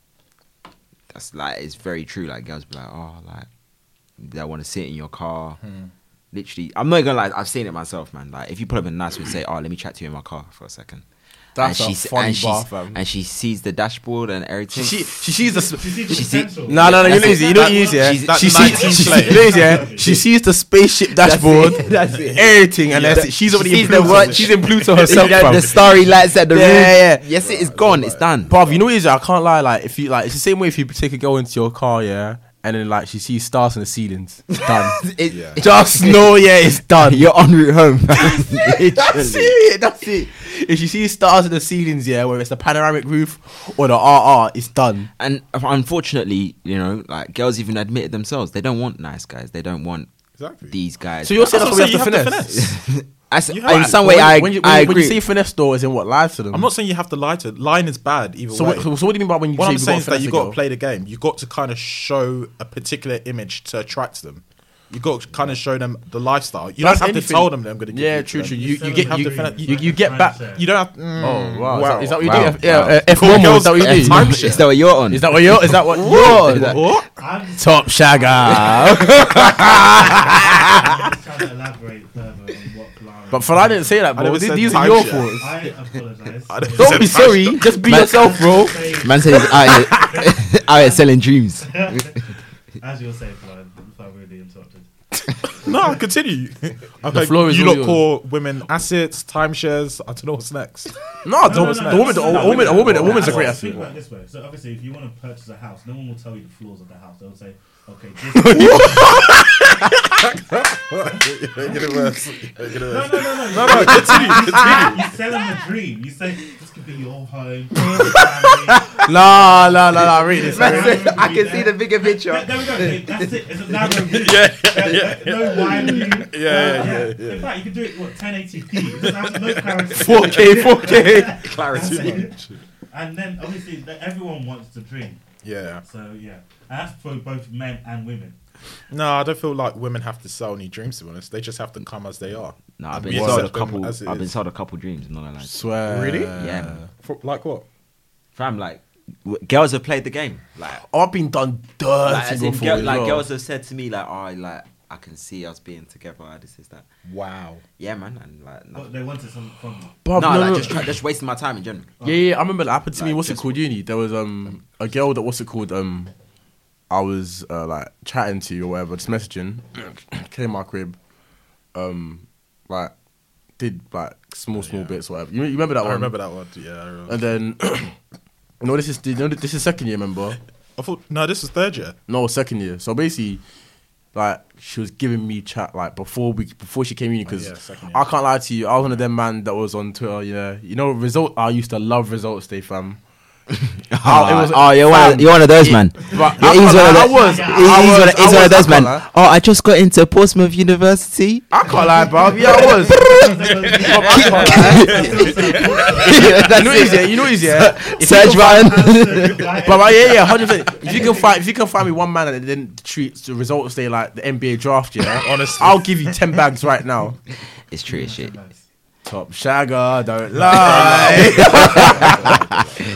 S4: that's like it's very true. Like girls be like, oh, like they want to sit in your car.
S7: Hmm.
S4: Literally, I'm not gonna lie. I've seen it myself, man. Like if you pull up in a nice whiz, say, oh, let me chat to you in my car for a second.
S7: That's a
S4: and she
S7: funny
S4: and,
S7: bar,
S4: she's-
S7: fam.
S4: and she sees the dashboard and everything.
S7: She, she sees the. Sp-
S5: She's
S4: She
S5: she
S4: see-
S5: see,
S7: no, no, no, you
S4: That's
S7: know,
S4: it.
S7: you know, what it is, yeah.
S4: She's-
S3: That
S7: She sees,
S3: 19
S7: she,
S3: play.
S7: you know what it is, yeah. She sees the spaceship dashboard,
S4: That's it.
S7: everything, and that's it. She's
S4: She
S7: already in
S4: sees the
S7: Pluto.
S4: what-
S7: She's in Pluto herself.
S4: the,
S7: fam.
S4: the starry lights at the
S7: Yeah,
S4: room.
S7: yeah.
S4: Yes, it is gone. It's done.
S7: Bruv, you know what it is? I can't lie. Like, if you like, it's the same way if you take a girl into your car, yeah, and then like she sees stars in the ceilings. It's done.
S4: It-
S3: Yeah.
S7: Just know, yeah, it's done.
S4: You're en route home.
S7: that's it. That's it. If she sees stars in the ceilings, yeah, whether it's the panoramic roof or the RR, it's done.
S4: And unfortunately, you know, like girls even admit it themselves. They don't want nice guys. They don't want
S3: Exactly.
S4: these guys.
S7: So you're saying
S3: That's
S7: that's
S3: what
S7: why
S3: I'm
S7: we have to
S3: saying, you
S7: finesse.
S4: I s-
S3: you have
S4: in
S3: to-
S4: some
S7: But
S4: way, I,
S7: when you,
S4: I
S7: when
S4: agree.
S7: you say finesse, though, is in what lies to them.
S3: I'm not saying you have to lie to. Lying is bad either
S7: So,
S3: way.
S7: what, so what do you mean by when you
S3: what
S7: say
S3: I'm
S7: we
S3: saying is
S7: gotta
S3: that you
S7: finesse a
S3: got to
S7: girl?
S3: play the game. You got to kind of show a particular image to attract them. You got to kind of show them the lifestyle. You
S7: That's
S3: don't have to
S7: anything.
S3: tell them that I'm going to give
S7: Yeah,
S3: you
S7: true,
S3: to
S7: true.
S3: them.
S7: You you get
S3: have
S7: you
S3: to finesse-
S7: you- you get back.
S3: You don't have. mm,
S7: Oh wow! Is that what you
S4: Wow.
S7: do? Yeah,
S4: Wow.
S7: uh, F
S3: Call
S7: one.
S3: girls
S7: Is that what you
S3: F
S7: do?
S3: time shit.
S4: is that what you're on?
S7: Is that what you're? Is that what you're?
S3: What?
S5: I'm just
S7: Top Shagger.
S5: trying to elaborate further on what Clara.
S7: but for I didn't say that,
S3: I
S7: bro.
S3: never
S7: These,
S3: said
S7: these
S3: time
S7: are your
S3: shit.
S7: thoughts.
S5: I apologize.
S3: I don't-
S7: Don't be sorry. Just be
S4: Man-
S7: yourself, bro.
S5: Say,
S4: Man says I out here selling dreams.
S5: as you're saying, Clara, if I really interrupted.
S3: No, no, continue. Okay,
S7: floor is
S3: you
S7: all
S3: lot
S7: yours.
S3: call women assets, timeshares. I don't know what's next.
S5: No, no,
S7: No, the, the
S5: no, no,
S7: woman, the,
S5: no,
S7: a woman, a
S5: no,
S7: woman, a
S5: no,
S7: woman's
S5: no,
S7: a great
S5: no,
S7: asset.
S5: Think about it this way. So obviously, if you want to purchase a house, no one will tell you the floors of the house. They'll say, okay, this. no, no, no, no.
S3: no, continue.
S5: You sell them a dream. You say this could be your home. your family.
S7: La la la la. Read this.
S4: I can see the bigger
S5: There
S4: picture.
S5: there we go. That's it. It's a narrow view.
S3: Yeah,
S5: No wide view.
S3: yeah, yeah,
S5: In fact, you can do it what 1080p. It doesn't have no clarity.
S7: 4K, 4K.
S5: That's
S3: Clarity.
S5: it. And then obviously th- everyone wants to dream.
S3: Yeah.
S5: So yeah, and that's for both men and women.
S3: No, I don't feel like women have to sell any dreams. To be honest, they just have to come as they are.
S4: No,
S3: And
S4: I've been
S3: we
S4: sold a
S3: accept them
S4: couple.
S3: as it
S4: I've been
S3: is.
S4: sold a couple dreams. I'm not gonna lie.
S7: Swear.
S3: Really?
S4: Yeah, man.
S3: For- like what?
S4: fam. Like w- girls have played the game. Like,
S7: I've been done dirty
S4: like, as in
S7: before.
S4: girl-
S7: as
S4: like
S7: well.
S4: girls have said to me, like, oh, like I can see us being together. ah, This is that.
S3: Wow.
S4: Yeah, man. And like,
S5: But
S4: nothing.
S5: they wanted something from you.
S7: Bruv,
S4: no,
S7: no,
S4: like
S7: no.
S4: just try, just wasting my time in general.
S7: Yeah, yeah, I remember that happened to me.
S4: Like,
S7: What's it
S4: just-
S7: called? Uni. There was um a girl that what's it called um I was uh, like chatting to or whatever, just messaging. came to my crib, um like did like small small
S3: yeah.
S7: bits whatever. You, you remember that
S3: I
S7: one?
S3: remember that one. Yeah. I, remember.
S7: And then no, this is you know, this is second year, remember?
S3: I thought no, this is third year.
S7: No, second year. So basically, like she was giving me chat like before we before she came in because
S3: Oh, yeah, second year.
S7: I can't lie to you, I was one of them man that was on Twitter. Yeah, you know, result. I used to love results day, fam. Oh, it was-
S4: oh, you're one, of,
S7: fam.
S4: you're one of those, man.
S7: But
S4: Yeah,
S7: I,
S4: he's one
S7: can't
S4: of
S7: lie, I
S4: the-
S7: was.
S4: he-
S7: I
S4: he's
S7: was,
S4: one of,
S7: I
S4: he's one
S7: was,
S4: of those,
S7: I can't
S4: man.
S7: lie.
S4: Oh, I just got into Portsmouth University.
S7: I can't lie, bruv. Yeah, I was. you know what it is, yeah? You know what it is, yeah? If you
S4: Serge
S7: can find-
S4: Ryan.
S7: But, but yeah, yeah, hundred percent. If you can find, if you can find me one man that didn't treat the results day like the NBA draft, yeah,
S3: Honestly.
S7: I'll give you ten bags right now.
S4: It's true as shit.
S7: Top shagger, don't lie.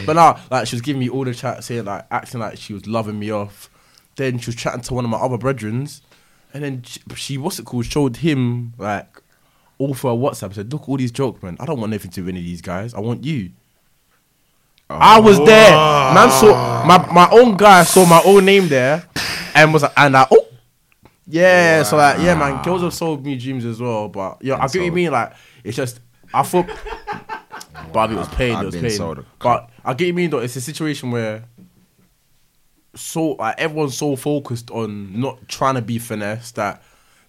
S7: but nah, like she was giving me all the chats here, like acting like she was loving me off. Then she was chatting to one of my other brethrens, and then she, she what's it called? Showed him like all for WhatsApp. Said, look, all these jokes, man. I don't want anything to do with any of these guys. I want you. I was there, man. Saw my my own guy saw my own name there, and was like, and I oh. Yeah, so like, yeah, man, girls have sold me dreams as well, but yeah, I get what you
S4: sold.
S7: mean. Like, it's just I thought, Bobby was paid.
S4: I've
S7: it was
S4: been
S7: paid.
S4: sold a
S7: but I get what you mean though. It's a situation where so like everyone's so focused on not trying to be finesse that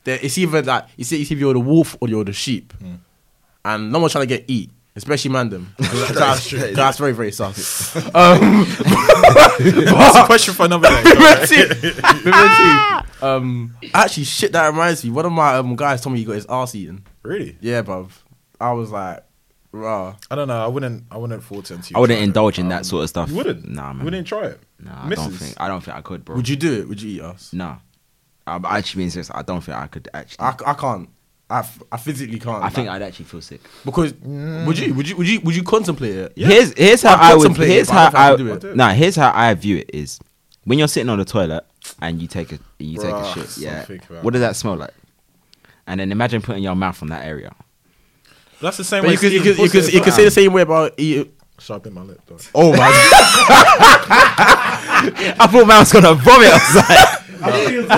S7: there it's either like it's either you're the wolf or you're the sheep,
S4: Hmm.
S7: and no one's trying to get eat. Especially Mandem. that's, that's very, very sus. um,
S3: That's a question for another day.
S7: Bimenti. Bimenti. Um, actually, shit, that reminds me. One of my um, guys told me he got his ass eaten.
S3: really?
S7: Yeah, bruv. I was like, rah.
S3: I don't know. I wouldn't. I wouldn't fall tempted.
S4: I wouldn't indulge in that sort of stuff.
S3: You wouldn't.
S4: Nah,
S3: You
S4: man.
S3: wouldn't try it.
S4: Nah, I don't think. I don't think I could, bro.
S7: Would you do it? Would you eat us?
S4: Nah. I'm actually being serious. I don't think I could actually.
S7: I,
S4: I,
S7: c- I can't. I, f- I physically can't.
S4: think
S7: Like,
S4: I'd actually feel sick.
S7: because would you would you would you would you contemplate it?
S4: Here's here's how
S7: I've
S4: I would.
S7: contemplated it,
S4: Here's
S7: but I
S4: how
S7: don't
S4: I.
S7: think I could do it.
S4: Nah, here's how I view it is, when you're sitting on the toilet and you take a you take
S3: Bruh,
S4: a shit. Yeah.
S3: something, man.
S4: What does that smell like? And then imagine putting your mouth on that area.
S3: That's the same
S7: But
S3: way.
S7: you could you
S3: Stephen Fawcett
S7: could you could,
S3: as
S7: you could
S3: well.
S7: say the same way about E, eat.
S3: Shall I bit my lip though?
S7: Oh my!
S4: I thought man was gonna vomit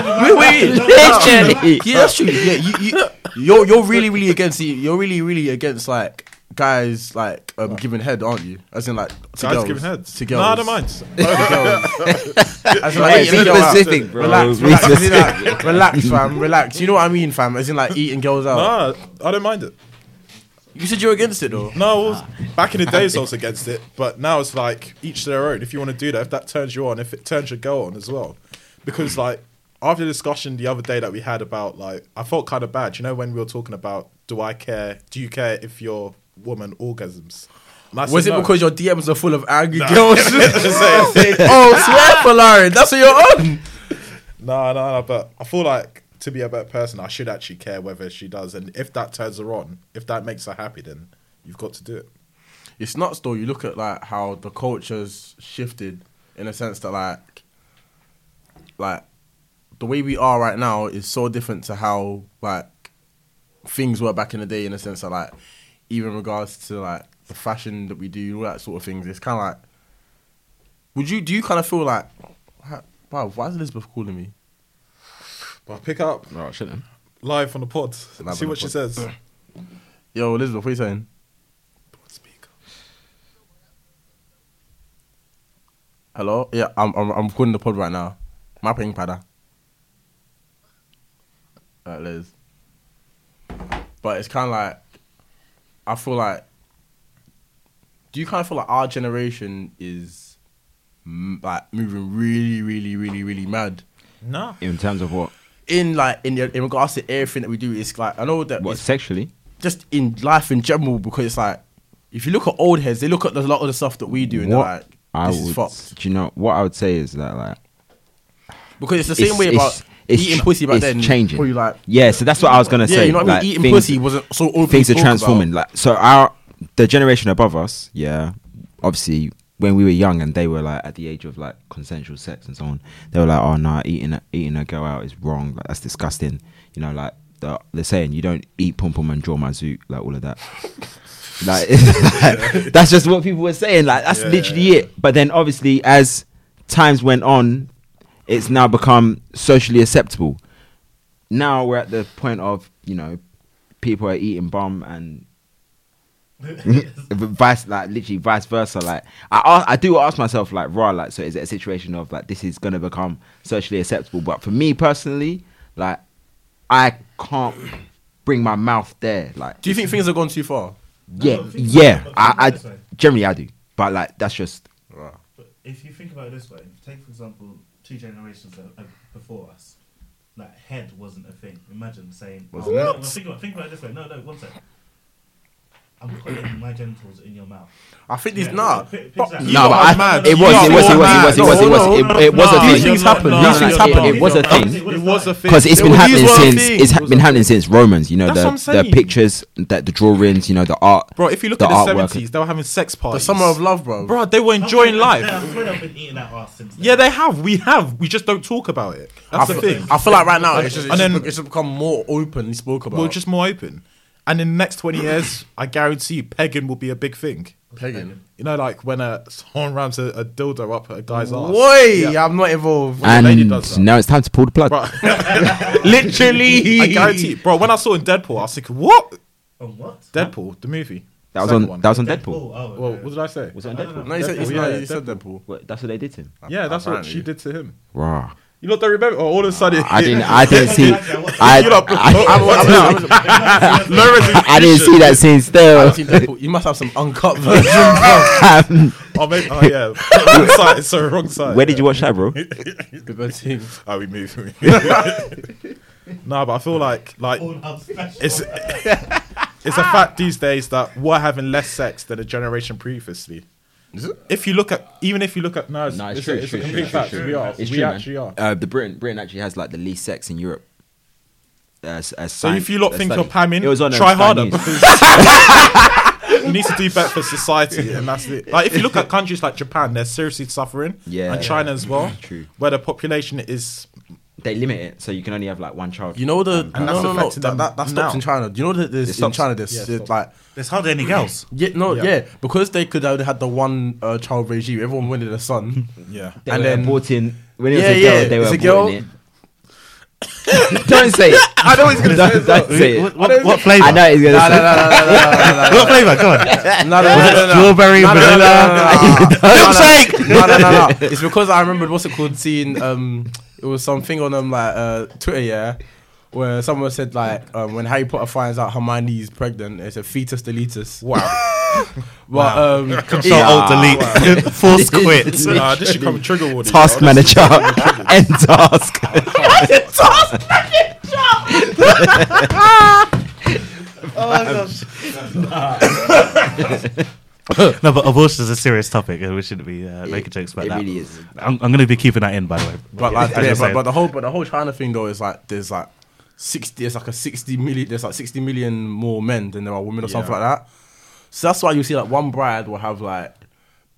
S4: outside.
S7: wait, wait.
S4: Literally.
S7: yeah, that's true. Yeah, you, you you're you're really really against the, you're really really against like guys like um, giving head, aren't you? As in like to
S3: Guys
S7: girls,
S3: giving heads.
S7: to
S3: No,
S7: girls.
S3: I don't mind.
S7: As in, like,
S4: Hey,
S7: eating
S4: be
S7: girls out.
S4: specific, bro.
S7: Relax,
S4: Be
S7: relax,
S4: specific.
S7: relax, relax, fam, relax. You know what I mean, fam? As in like eating girls out.
S3: Nah, I don't mind it.
S7: You said you're against it though.
S3: No, I was, back in the days I was against it, but now it's like each their own. If you want to do that, if that turns you on, if it turns your girl on as well, because like after the discussion the other day that we had about like I felt kind of bad, you know, when we were talking about do I care? Do you care if your woman orgasms? And I
S7: Was
S3: said
S7: it
S3: no.
S7: because your DMs are full of angry
S3: Nah.
S7: girls? oh, swear for Lauren, that's what you're on.
S3: No, no, no. But I feel like to be a better person, I should actually care whether she does, and if that turns her on, if that makes her happy, then you've got to do it.
S7: It's nuts though. You look at like how the culture's shifted in a sense that like, like the way we are right now is so different to how like things were back in the day. In a sense that like, even in regards to like the fashion that we do, all that sort of things. It's kind of like, would you do you kind of feel like, wow, why is Elizabeth calling me?
S3: But I pick up
S4: Right, shouldn't.
S3: live on the pod.
S7: Live
S3: See
S7: on
S3: what she
S7: the pod.
S3: says.
S7: Yo, Elizabeth, what are you saying? Hello? Yeah, I'm, I'm, I'm recording the pod right now. My ping pada. Alright, Liz. Uh, But it's kind of like, I feel like, do you kind of feel like our generation is mm, like moving really, really, really, really mad?
S3: No.
S4: in terms of what
S7: In like, in, in regards to everything that we do, it's like, I know that
S4: what
S7: it's
S4: sexually
S7: just in life in general because it's like if you look at old heads, they look at a lot of the stuff that we do and
S4: What
S7: they're like, this
S4: I
S7: is
S4: would,
S7: fucked.
S4: do you know what I would say is that like
S7: Because it's the same
S4: it's-
S7: way about
S4: it's- it's
S7: eating
S4: ch-
S7: pussy back
S4: it's
S7: then.
S4: changing.
S7: Or you like,
S4: yeah, so that's what I was gonna say.
S7: yeah, you know what
S4: like,
S7: I mean. Eating
S4: things-
S7: pussy wasn't so old.
S4: things are transforming. Like so, our the generation above us, yeah, obviously when we were young and they were like at the age of like consensual sex and so on, they were like, oh no, eating a, eating a girl out is wrong. Like that's disgusting. You know, like the the saying, you don't eat pom pom and draw my zoot, like all of that. like, that's just what people were saying. Like that's literally it. But then obviously as times went on, it's now become socially acceptable now we're at the point of you know people are eating bum and vice like literally vice versa like I ask, I do ask myself like raw like so is it a situation of like this is gonna become socially acceptable but for me personally like I can't bring my mouth there like
S7: Do you think things have gone too far?
S5: No,
S4: yeah
S5: but think
S4: yeah
S5: about it, think
S4: I, I
S5: about it this way.
S4: generally I do but like that's just
S5: But if you think about it this way, if you take for example two generations a- a- before us, like head wasn't a thing. Imagine saying,
S7: Was
S5: oh,
S7: it?
S5: no, no, think about think about it this way. No, no, one sec. I'm putting my genitals in your mouth.
S7: I think these
S5: Yeah,
S7: nah.
S5: pi- picture
S7: But
S5: that.
S7: you
S4: no,
S7: lot
S4: but
S7: are
S4: I,
S7: mad.
S4: it
S7: You
S4: was,
S7: lot
S4: it was,
S7: are
S4: it
S7: mad.
S4: was, it was, it was, it was, it, it was a
S7: no,
S4: thing.
S7: these things happen.
S4: No,
S7: These
S4: no,
S7: things
S4: it-
S7: happen.
S4: It, was a thing.
S5: It was a thing.
S4: Because it's
S7: It
S4: been
S7: was-
S4: happening
S7: these were a
S4: since
S7: thing.
S4: it's ha-
S7: It was
S4: been
S7: a
S4: happening since Romans. You know
S7: That's what I'm
S4: the the
S7: saying.
S4: pictures, that the drawings, you know the art.
S3: Bro, if you look
S4: The
S3: at the
S4: artwork.
S3: seventies, they were having sex
S7: The
S3: parties.
S7: summer of love, bro.
S3: Bro, they were enjoying
S5: Yeah,
S3: life.
S5: I swear I've been eating that ass since. then.
S3: Yeah, they have. We have. We just don't talk about it.
S7: I
S3: That's the
S7: feel,
S3: thing.
S7: I feel like right now it's just, it's,
S3: And
S7: just,
S3: then-
S7: it's just become more openly spoken about.
S3: We're just more open. And in the next twenty years, I guarantee you, pegging will be a big thing.
S7: pegging.
S3: You know, like when a someone rams a, a dildo up at a guy's ass.
S7: Boy, I'm not involved.
S3: the lady
S4: And
S3: does that.
S4: now it's time to pull the plug.
S3: Bro,
S7: Literally,
S3: I guarantee, you. bro. When I saw in Deadpool, I was thinking, what?
S5: On what?
S3: Deadpool, the movie.
S4: That was
S3: Second
S4: on. That was on Deadpool.
S5: Oh, okay.
S3: Well, what did I say?
S4: Was it on
S5: I don't
S4: Deadpool?
S7: No, you said,
S3: Deadpool,
S7: no,
S3: yeah,
S7: you said Deadpool.
S4: What- That's what they did to him.
S3: Yeah, that's what
S7: Apparently.
S3: she did to him.
S4: Wow.
S3: You lot don't remember? Oh, all of a sudden,
S4: Uh, I didn't. I didn't see. I,
S3: You lot-
S4: I,
S3: No resolution.
S4: I didn't see that scene
S7: I've
S4: still.
S7: seen Deadpool. You must have some uncut version.
S3: Oh, maybe, oh yeah, wrong side. It's the wrong side.
S4: Where did you watch that, bro?
S3: Oh, we moved. We moved. no, but I feel like like
S5: All I'm special.
S3: it's it's a fact these days that we're having less sex than a generation previously. If you look at even if you look at no, it's,
S4: No, it's
S3: it's,
S4: true,
S3: a, it's
S4: it's true,
S3: a
S4: it's
S3: complete
S4: true,
S3: fact.
S4: it's true.
S3: We are.
S4: It's
S3: we
S4: true, man.
S3: actually are.
S4: Uh, the Britain, Britain actually has like the least sex in Europe. As, as
S3: So if you lot think you're pamming,
S4: it was on um,
S3: try
S4: Sky
S3: harder.
S4: News.
S3: You need to do better for society, and that's it. Like if you look at countries like Japan, they're seriously suffering,
S4: Yeah.
S3: and China as well,
S4: True.
S3: where the population is.
S4: they limit it, so you can only have like one child.
S7: You know the
S3: And that's
S7: no, no, no,
S3: affected
S7: that,
S3: them
S7: that, that
S3: now.
S7: stops in China. Do you know that there's in
S3: stops-
S7: China there's
S3: yeah, it
S7: there's
S3: stops.
S7: like
S5: There's hardly any girls.
S7: yeah no
S3: Yeah.
S7: yeah. because they could have had the one uh, child regime. Everyone wanted a son.
S3: Yeah.
S4: They
S7: And
S4: were
S7: then-
S4: aborting when it was
S7: Yeah,
S4: a girl,
S7: yeah,
S4: they were
S7: it's a
S4: aborting
S7: girl.
S4: it. don't say it.
S7: I know he's gonna
S4: Don't, don't say it.
S6: What, what, what flavour?
S4: I know it's gonna
S7: No,
S4: say.
S7: no, no, no, no, no, no, no.
S6: What flavour? Go on.
S7: No, no, no, no, no.
S6: Strawberry,
S7: No, no, no,
S6: vanilla.
S7: Milkshake. No, no, no, no. It's because I remembered what's it called? Seeing um, it was something on um like uh Twitter, yeah, where someone said like um when Harry Potter finds out Hermione's pregnant, it's a fetus deletus.
S3: Wow.
S7: But um, it-
S6: Control Alt Delete. Force quit.
S3: nah, this should come trigger warning.
S4: Task
S3: bro.
S4: manager. End task.
S6: No, but abortion is a serious topic, and we shouldn't be uh, making jokes about
S4: it
S6: that.
S4: really is.
S6: I'm, I'm going to be keeping that in, by the way.
S7: But like,
S6: As
S7: yeah,
S6: you're
S7: but,
S6: saying.
S7: but the whole but the whole China thing though is like there's like sixty. There's like a sixty million. There's like sixty million more men than there are women or something
S3: Yeah.
S7: like that. So that's why you see like one bride will have like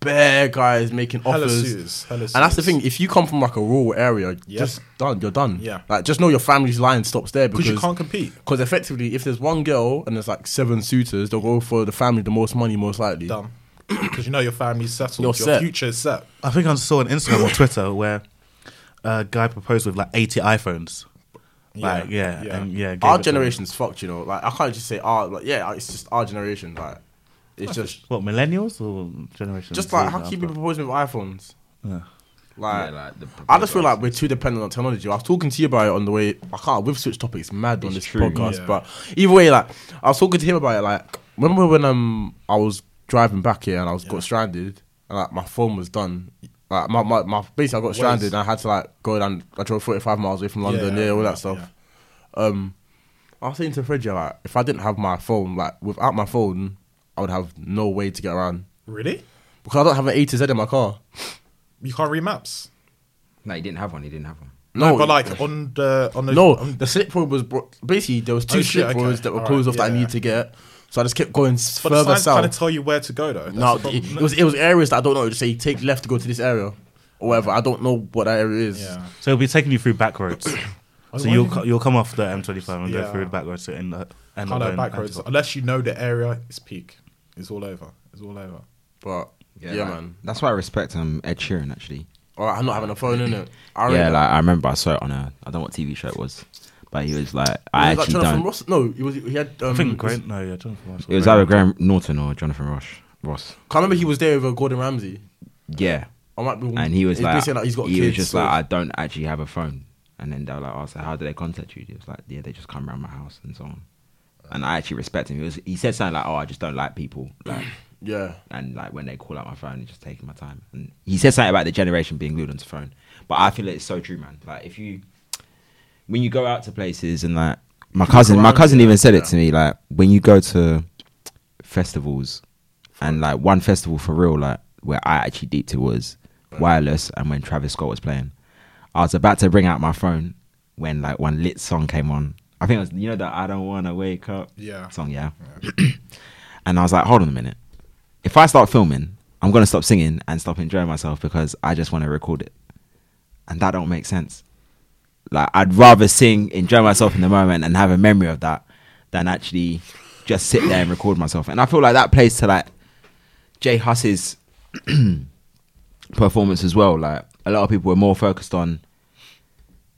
S7: bare guys making
S3: Hella
S7: offers.
S3: sues, hella
S7: and that's the
S3: sues.
S7: thing. If you come from like a rural area,
S3: Yeah.
S7: just done. You're done.
S3: Yeah.
S7: Like just know your family's line stops there because
S3: Because you can't compete.
S7: Because effectively, if there's one girl and there's like seven suitors, they'll go for the family the most money, most likely.
S3: Done. Because you know your family's settled.
S7: You're
S3: your
S7: set.
S3: future is set.
S6: I think I saw on Instagram or Twitter where a guy proposed with like 80 iPhones. Like, yeah,
S3: yeah.
S6: and yeah. gave
S7: Our
S6: it to them.
S7: generation's fucked, you know. Like I can't just say our, like yeah, it's just our generation. Like it's just
S6: What millennials or generation?
S7: just like how can you be proposing with iPhones?
S6: Yeah.
S7: Like,
S4: like the
S7: I just feel like we're too dependent on technology. I was talking to you about it on the way. I can't. We've switched topics mad on
S4: It's
S7: this
S4: true.
S7: podcast,
S3: Yeah.
S7: but either way, like I was talking to him about it. Like remember when um I was driving back here and I was got stranded and like my phone was done. Like my my, my basically I got stranded and I had to like go down. I drove forty five miles away from London,
S3: Yeah,
S7: yeah, all
S3: yeah,
S7: that stuff. Um, I was saying to Fred, yeah, like if I didn't have my phone, like without my phone, I would have no way to get around
S3: Really?
S7: because I don't have an A to Z in my car.
S3: You can't read maps.
S4: no, he didn't have one. He didn't have one.
S3: No, but like on the on the
S7: Oh, No,
S3: on-
S7: the slip road was bro- basically there was
S3: Oh,
S7: two
S3: shit,
S7: slip
S3: okay.
S7: roads that were
S3: Alright,
S7: closed off that I
S3: yeah.
S7: needed to get. So I just kept going s-
S3: but the
S7: further
S3: signs
S7: south.
S3: kind of tell you where to go though. That's
S7: no,
S3: the problem.
S7: it, it was it was areas that I don't know. Just say take left to go to this area, or whatever. I don't know what that area is.
S3: yeah.
S6: So it'll be taking you through back roads. so
S3: why
S6: you'll
S3: did
S6: co- you'll come off the M25 and go
S3: Yeah.
S6: through back roads to end up. End
S3: Can't
S6: up
S3: have
S6: going
S3: back roads
S6: 95.
S3: unless you know the area. It's peak. It's all over. It's all over.
S7: But yeah,
S4: like,
S7: man.
S4: That's why I respect um Ed Sheeran actually.
S7: All right, I'm not having a phone in it.
S4: yeah, like I remember I saw it on a I don't know what TV show it was, but he was like I
S7: was like
S4: actually
S7: Jonathan
S4: don't.
S7: Ross. No, he was. He had. Um,
S6: I think Grant. No, yeah, Jonathan Marshall.
S4: It was either Graham Norton or Jonathan Ross. Ross.
S7: Can't remember he was there with Gordon Ramsay.
S4: Yeah,
S7: I might be.
S4: and he was
S7: he's
S4: like,
S7: basically he's got
S4: he
S7: kids.
S4: was just
S7: so-
S4: like I don't actually have a phone. And then they were like, oh, so how do they contact you? He was like, yeah, they just come around my house and so on. And I actually respect him. He, was, he said something like, oh, I just don't like people. Like,
S7: yeah.
S4: and like when they call out my phone, it's just taking my time. And he said something about the generation being glued onto phone, but I feel it's so true, man. Like if you, when you go out to places and like my cousin, my
S7: around,
S4: cousin
S7: yeah,
S4: even said
S7: yeah.
S4: it to me. Like when you go to festivals, and like one festival for real, like where I actually deep to was wireless, and when Travis Scott was playing, I was about to bring out my phone when like one lit song came on. I think it was you know that I don't wanna wake up
S3: Yeah.
S4: song, yeah. and I was like, hold on a minute. If I start filming, I'm gonna stop singing and stop enjoying myself because I just want to record it, and that don't make sense. Like I'd rather sing, enjoy myself in the moment, and have a memory of that than actually just sit there and record myself. And I feel like that plays to like Jay Huss's performance as well. Like a lot of people were more focused on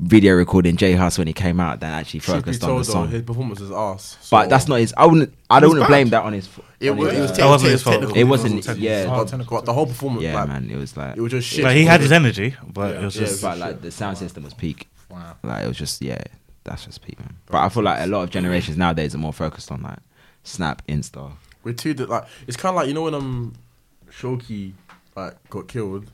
S4: video recording Jay Huss when he came out than actually
S7: Truth be
S4: focused on the
S7: told, though,
S4: song.
S7: his performance is ass.
S4: But that's not his. I wouldn't. I
S3: was
S4: don't want to blame
S3: bad.
S4: that on his.
S7: It
S4: on
S7: was, it was
S6: That wasn't
S7: technical.
S6: his fault.
S7: technical.
S4: It wasn't- yeah.
S7: But- But the whole performance,
S4: yeah,
S7: like,
S4: man. It was like.
S7: it was just shit.
S6: But he had his energy, but
S3: Yeah.
S6: it was
S7: Yeah,
S6: just.
S7: but-
S4: But like the sound system was peak.
S3: Wow.
S4: Like it was just yeah. That's just peak, man. But I feel like a lot of generations nowadays are more focused on like Snap, Insta.
S7: We're two that like it's kind of like you know when um Shoki like got killed,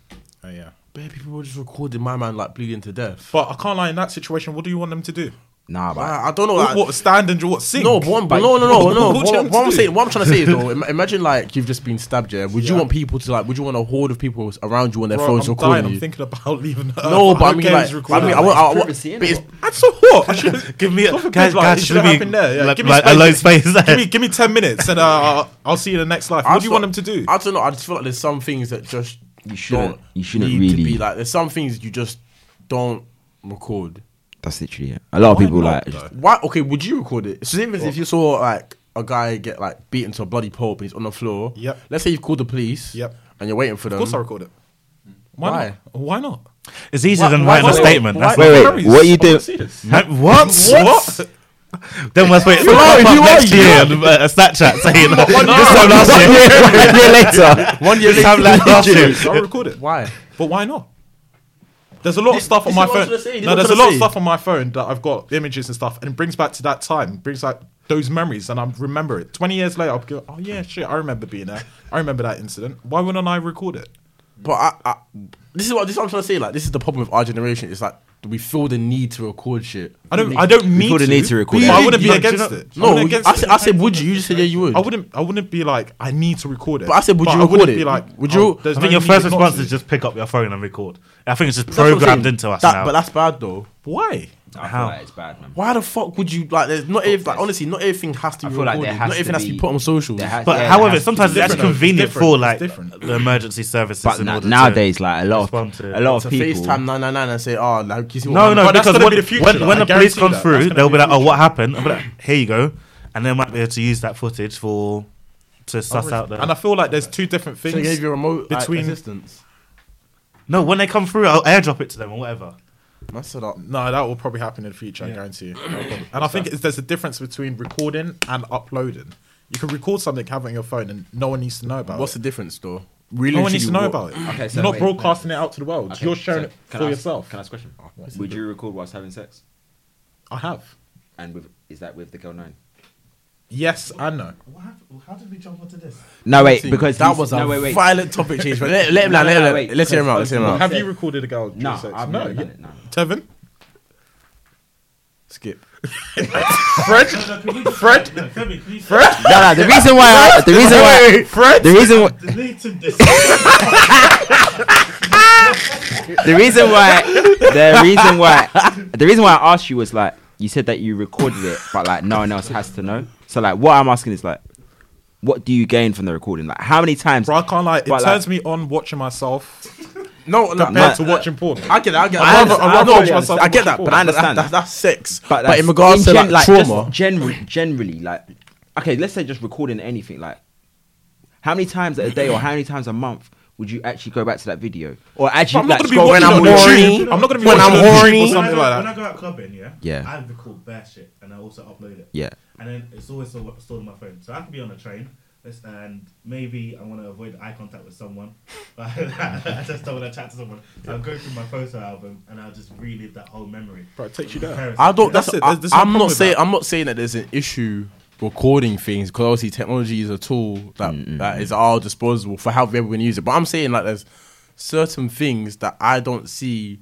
S3: Oh yeah.
S7: bare people were just recording my man like bleeding to death.
S3: But I can't lie. In that situation, what do you want them to do?
S4: Nah, but
S7: Like, I don't know.
S3: What,
S7: Like,
S3: what stand and what sing?
S7: no, but one,
S3: Like,
S7: no, no,
S3: what-
S7: no, no.
S3: what do you
S7: What,
S3: want
S7: what I'm
S3: them to do?
S7: saying, what I'm trying to say is though, im- imagine like you've just been stabbed. Yeah, would you
S3: Yeah.
S7: want people to like? Would you want a horde of people around you on their
S3: Bro,
S7: phones
S3: I'm
S7: recording
S3: dying.
S7: you?
S3: I'm thinking about leaving. Earth.
S7: no, but I
S3: Who
S7: mean,
S3: cares
S7: like, I
S3: recording?
S7: mean, I want, I want,
S4: Privacy, innit?
S7: but it's,
S3: And so what? I should,
S6: Give me a,
S3: Don't
S6: guys,
S3: forget, like,
S6: guys,
S3: it
S6: should
S3: should've
S6: leave me
S3: happened there, yeah.
S6: like,
S3: Give me
S6: like, a
S3: space.
S6: low space there.
S3: give me give me ten minutes and uh, I'll, I'll see you in the next life.
S7: I
S3: What do you
S7: just
S3: want
S7: feel-
S3: them to do?
S7: I don't know. I just feel like there's some things that just
S4: You shouldn't-
S7: don't
S4: you shouldn't
S7: need to
S4: really-
S7: be like. There's some things you just don't record.
S4: that's literally it. A lot of people like.
S3: not,
S4: just-
S7: Why? Okay, would you record it? So even if you saw like a guy get like beaten to a bloody pulp and he's on the floor.
S3: Yep.
S7: Let's say you've called the police.
S3: Yep.
S7: And you're waiting for them.
S3: Of course, I record it.
S7: um, Why?
S3: Not? Why not?
S6: It's easier
S7: Why-
S6: than
S7: why-
S6: writing a
S7: why-
S6: statement.
S7: why-
S6: That's
S4: wait, wait.
S3: Ferraris.
S4: What
S3: I
S4: you
S3: wanna
S4: do?
S3: see this.
S6: No, what?
S3: What?
S6: Then let's wait for
S7: Ferrari,
S6: up
S7: you
S6: next
S7: are-
S6: year and uh, a Snapchat saying this time last year, one
S4: One year, one year later.
S6: year time like last year.
S3: I'll record it.
S7: "Oh, Why?
S3: But why not? There's a lot of stuff on
S7: this
S3: my
S7: is what I was
S3: phone.
S7: gonna say, this
S3: No,
S7: is what I
S3: there's a
S7: was
S3: lot of
S7: gonna say.
S3: stuff on my phone that I've got images and stuff, and it brings back to that time, brings back those memories, and I remember it. Twenty years later, I'll go, oh yeah, shit, I remember being there. I remember that incident. Why wouldn't I record it?
S7: But I, I, this is what this is what I'm trying to say. Like this is the problem with our generation. It's like we feel the need to record shit.
S3: I don't. I don't mean
S4: feel the
S3: to.
S4: need to record
S3: but
S4: it.
S3: I wouldn't be
S6: You- you know-
S3: against it.
S7: No,
S3: I, wouldn't
S7: we-
S3: against
S7: I,
S3: it.
S7: said, I said would you? You just said yeah, you would.
S3: I wouldn't. I wouldn't be like I need to record it.
S7: But I said, would you
S3: wouldn't
S7: record it?
S3: Be like, "Oh,
S7: Would you-
S3: there's
S6: I think
S3: no
S6: your first
S3: need not
S6: response
S3: to.
S6: is just pick up your phone and record. I think it's just
S7: That's what I'm
S6: programmed
S7: saying.
S6: into us
S7: That-
S6: now.
S7: But that's bad though.
S3: why?
S4: I feel
S6: How?
S4: like it's bad, man.
S7: Why the fuck would you like? There's not every, like honestly, not everything has to
S4: I
S7: be
S4: feel like
S7: recorded.
S4: there has
S7: not everything
S4: to
S7: has to be
S4: be-
S7: put on socials.
S4: There has-
S6: But
S4: yeah, there
S6: however,
S4: has to
S6: sometimes
S4: be-
S6: it's
S3: different, though. It's
S6: convenient
S3: different,
S6: for
S3: it's
S6: like
S3: different.
S6: the emergency services.
S4: But
S6: in
S4: na-
S6: order
S4: nowadays,
S6: to
S4: like a lot
S6: respond
S4: of
S6: to-
S4: a lot
S7: to
S4: of people.
S7: FaceTime 999 and say, oh, like, you see what
S6: No,
S7: my
S6: no,
S3: Um, But that's
S6: because
S3: gonna
S6: when,
S3: be the future,
S6: when,
S3: though.
S6: when
S3: I
S6: the police comes
S3: guarantee that. That's
S6: through,
S3: gonna
S6: they'll
S3: be
S6: be,
S3: the
S6: like, "Oh, what happened?" I'll be like, "Here you go," and they might be able to use that footage for to suss out the.
S3: And I feel like there's two different things.
S7: So you gave your remote like,
S3: between-
S7: assistance.
S6: no, when they come through, I'll airdrop it to them or whatever.
S7: Mess it up.
S3: No, that will probably happen in the future. I
S5: Yeah.
S3: guarantee you. and I think it's, there's a difference between recording and uploading. You can record something, have it on your phone, and no one needs to know about
S7: What's the
S3: it.
S7: difference, though? Really,
S3: no one needs
S7: truly,
S3: to know
S7: what-
S3: about it.
S4: Okay, so
S3: You're not
S4: wait.
S3: broadcasting it out to the world.
S4: Okay,
S3: You're showing
S4: so
S3: it
S4: can
S3: for
S4: I ask-
S3: yourself.
S4: Can I ask a question? Would you record whilst having sex?
S3: I have.
S4: And with is that with the girl nine?
S3: Yes and no.
S5: What happened? How did we jump onto this?
S4: No wait,
S7: See,
S4: because
S7: that
S4: he's-
S7: was a
S4: no, wait, wait.
S7: violent topic change. But let, let him out.
S4: No, no,
S7: Let him
S4: no,
S7: out.
S4: wait,
S7: let's hear him out. Let's
S4: because-
S7: hear him out.
S3: Have you recorded a girl? during
S4: No,
S3: sex?
S4: I've
S3: no.
S4: never done it. No.
S3: Tevin,
S7: Skip.
S3: Fred,
S5: No, can we just,
S3: Fred?
S5: No, Kevin, can you
S4: No, no. The reason why, I, the reason why,
S3: Fred.
S4: the reason, why-
S5: deleted this?
S4: the reason why, the reason why, the reason why I asked you was like you said that you recorded it, but like no one else has to know. So like, what I'm asking is like, what do you gain from the recording? Like, how many times?
S3: Bro, I can't lie. It
S4: But, like-
S3: turns me on watching myself
S7: No, no,
S3: compared to
S4: Nah.
S3: watching porn.
S7: I get that. I get
S3: I'd
S7: that.
S3: rather- I'd
S7: I,
S3: rather
S7: know,
S3: watch myself
S7: I
S3: than
S7: get that.
S3: watch
S7: But I understand.
S4: porn.
S7: That, that's sex. But,
S4: that's-
S7: in regards to
S4: gen-
S7: like, trauma,
S4: just generally, generally, like okay, let's say just recording anything, like how many times a day or how many times a month would you actually go back to that video or
S3: But
S4: actually
S3: I'm not gonna
S4: like
S3: be
S4: scroll
S3: watching
S4: through
S3: it on
S4: the-
S3: the
S7: horny,
S3: tube. I'm not gonna be
S7: when
S3: watching it
S7: I'm
S3: on the tube
S7: horny-
S3: or something
S5: when I go,
S3: like
S5: When
S3: that.
S5: I go out clubbing, yeah,
S4: Yeah.
S5: I record bare shit and I also upload it.
S4: Yeah.
S5: and then it's always stored stored on my phone. So I could be on a train, let's- and maybe I want to avoid eye contact with someone. I just don't want to chat to someone. I'll go through my photo album and I'll just relive that whole memory.
S3: Bro, it takes you down.
S5: Comparison.
S7: I don't. That's,
S3: That's it.
S7: I,
S3: There's- there's no
S7: I'm
S3: problem
S7: not
S3: with
S7: saying.
S3: that.
S7: I'm not saying that there's an issue recording things because obviously technology is a tool that, that is at our disposal for however we want to use it. But I'm saying like there's certain things that I don't see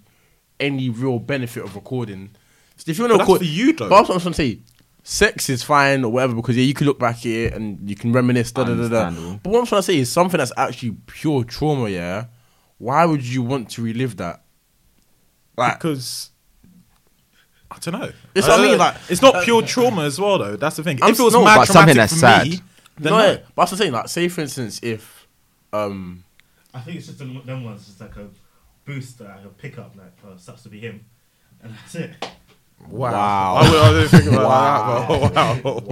S7: any real benefit of recording. So if you want to
S3: But that's
S7: record,
S3: for you, though.
S7: But that's what I'm trying to say. Sex is fine or whatever because yeah, you can look back at it and you can reminisce. Da, da, da, da.
S4: Understandable.
S7: But what I'm trying to say is something that's actually pure trauma. Yeah, why would you want to relive that? Like,
S3: because I don't know.
S7: It's
S3: I
S7: what
S3: don't
S7: I mean,
S3: know.
S7: like- uh,
S3: it's not pure trauma as well, though. That's the thing.
S7: I'm
S3: if it was
S7: not-
S3: mad
S4: but something
S3: traumatic
S4: that's
S3: for
S4: sad.
S3: me, then
S7: No,
S3: no.
S7: but that's the thing. Like, say for instance, if um,
S5: I think it's just them, them ones, just like a booster, like a pickup, like oh, sucks to be him, and that's it.
S3: Wow.
S7: Wow.
S3: I, would, I didn't think about that. Wow. Wow.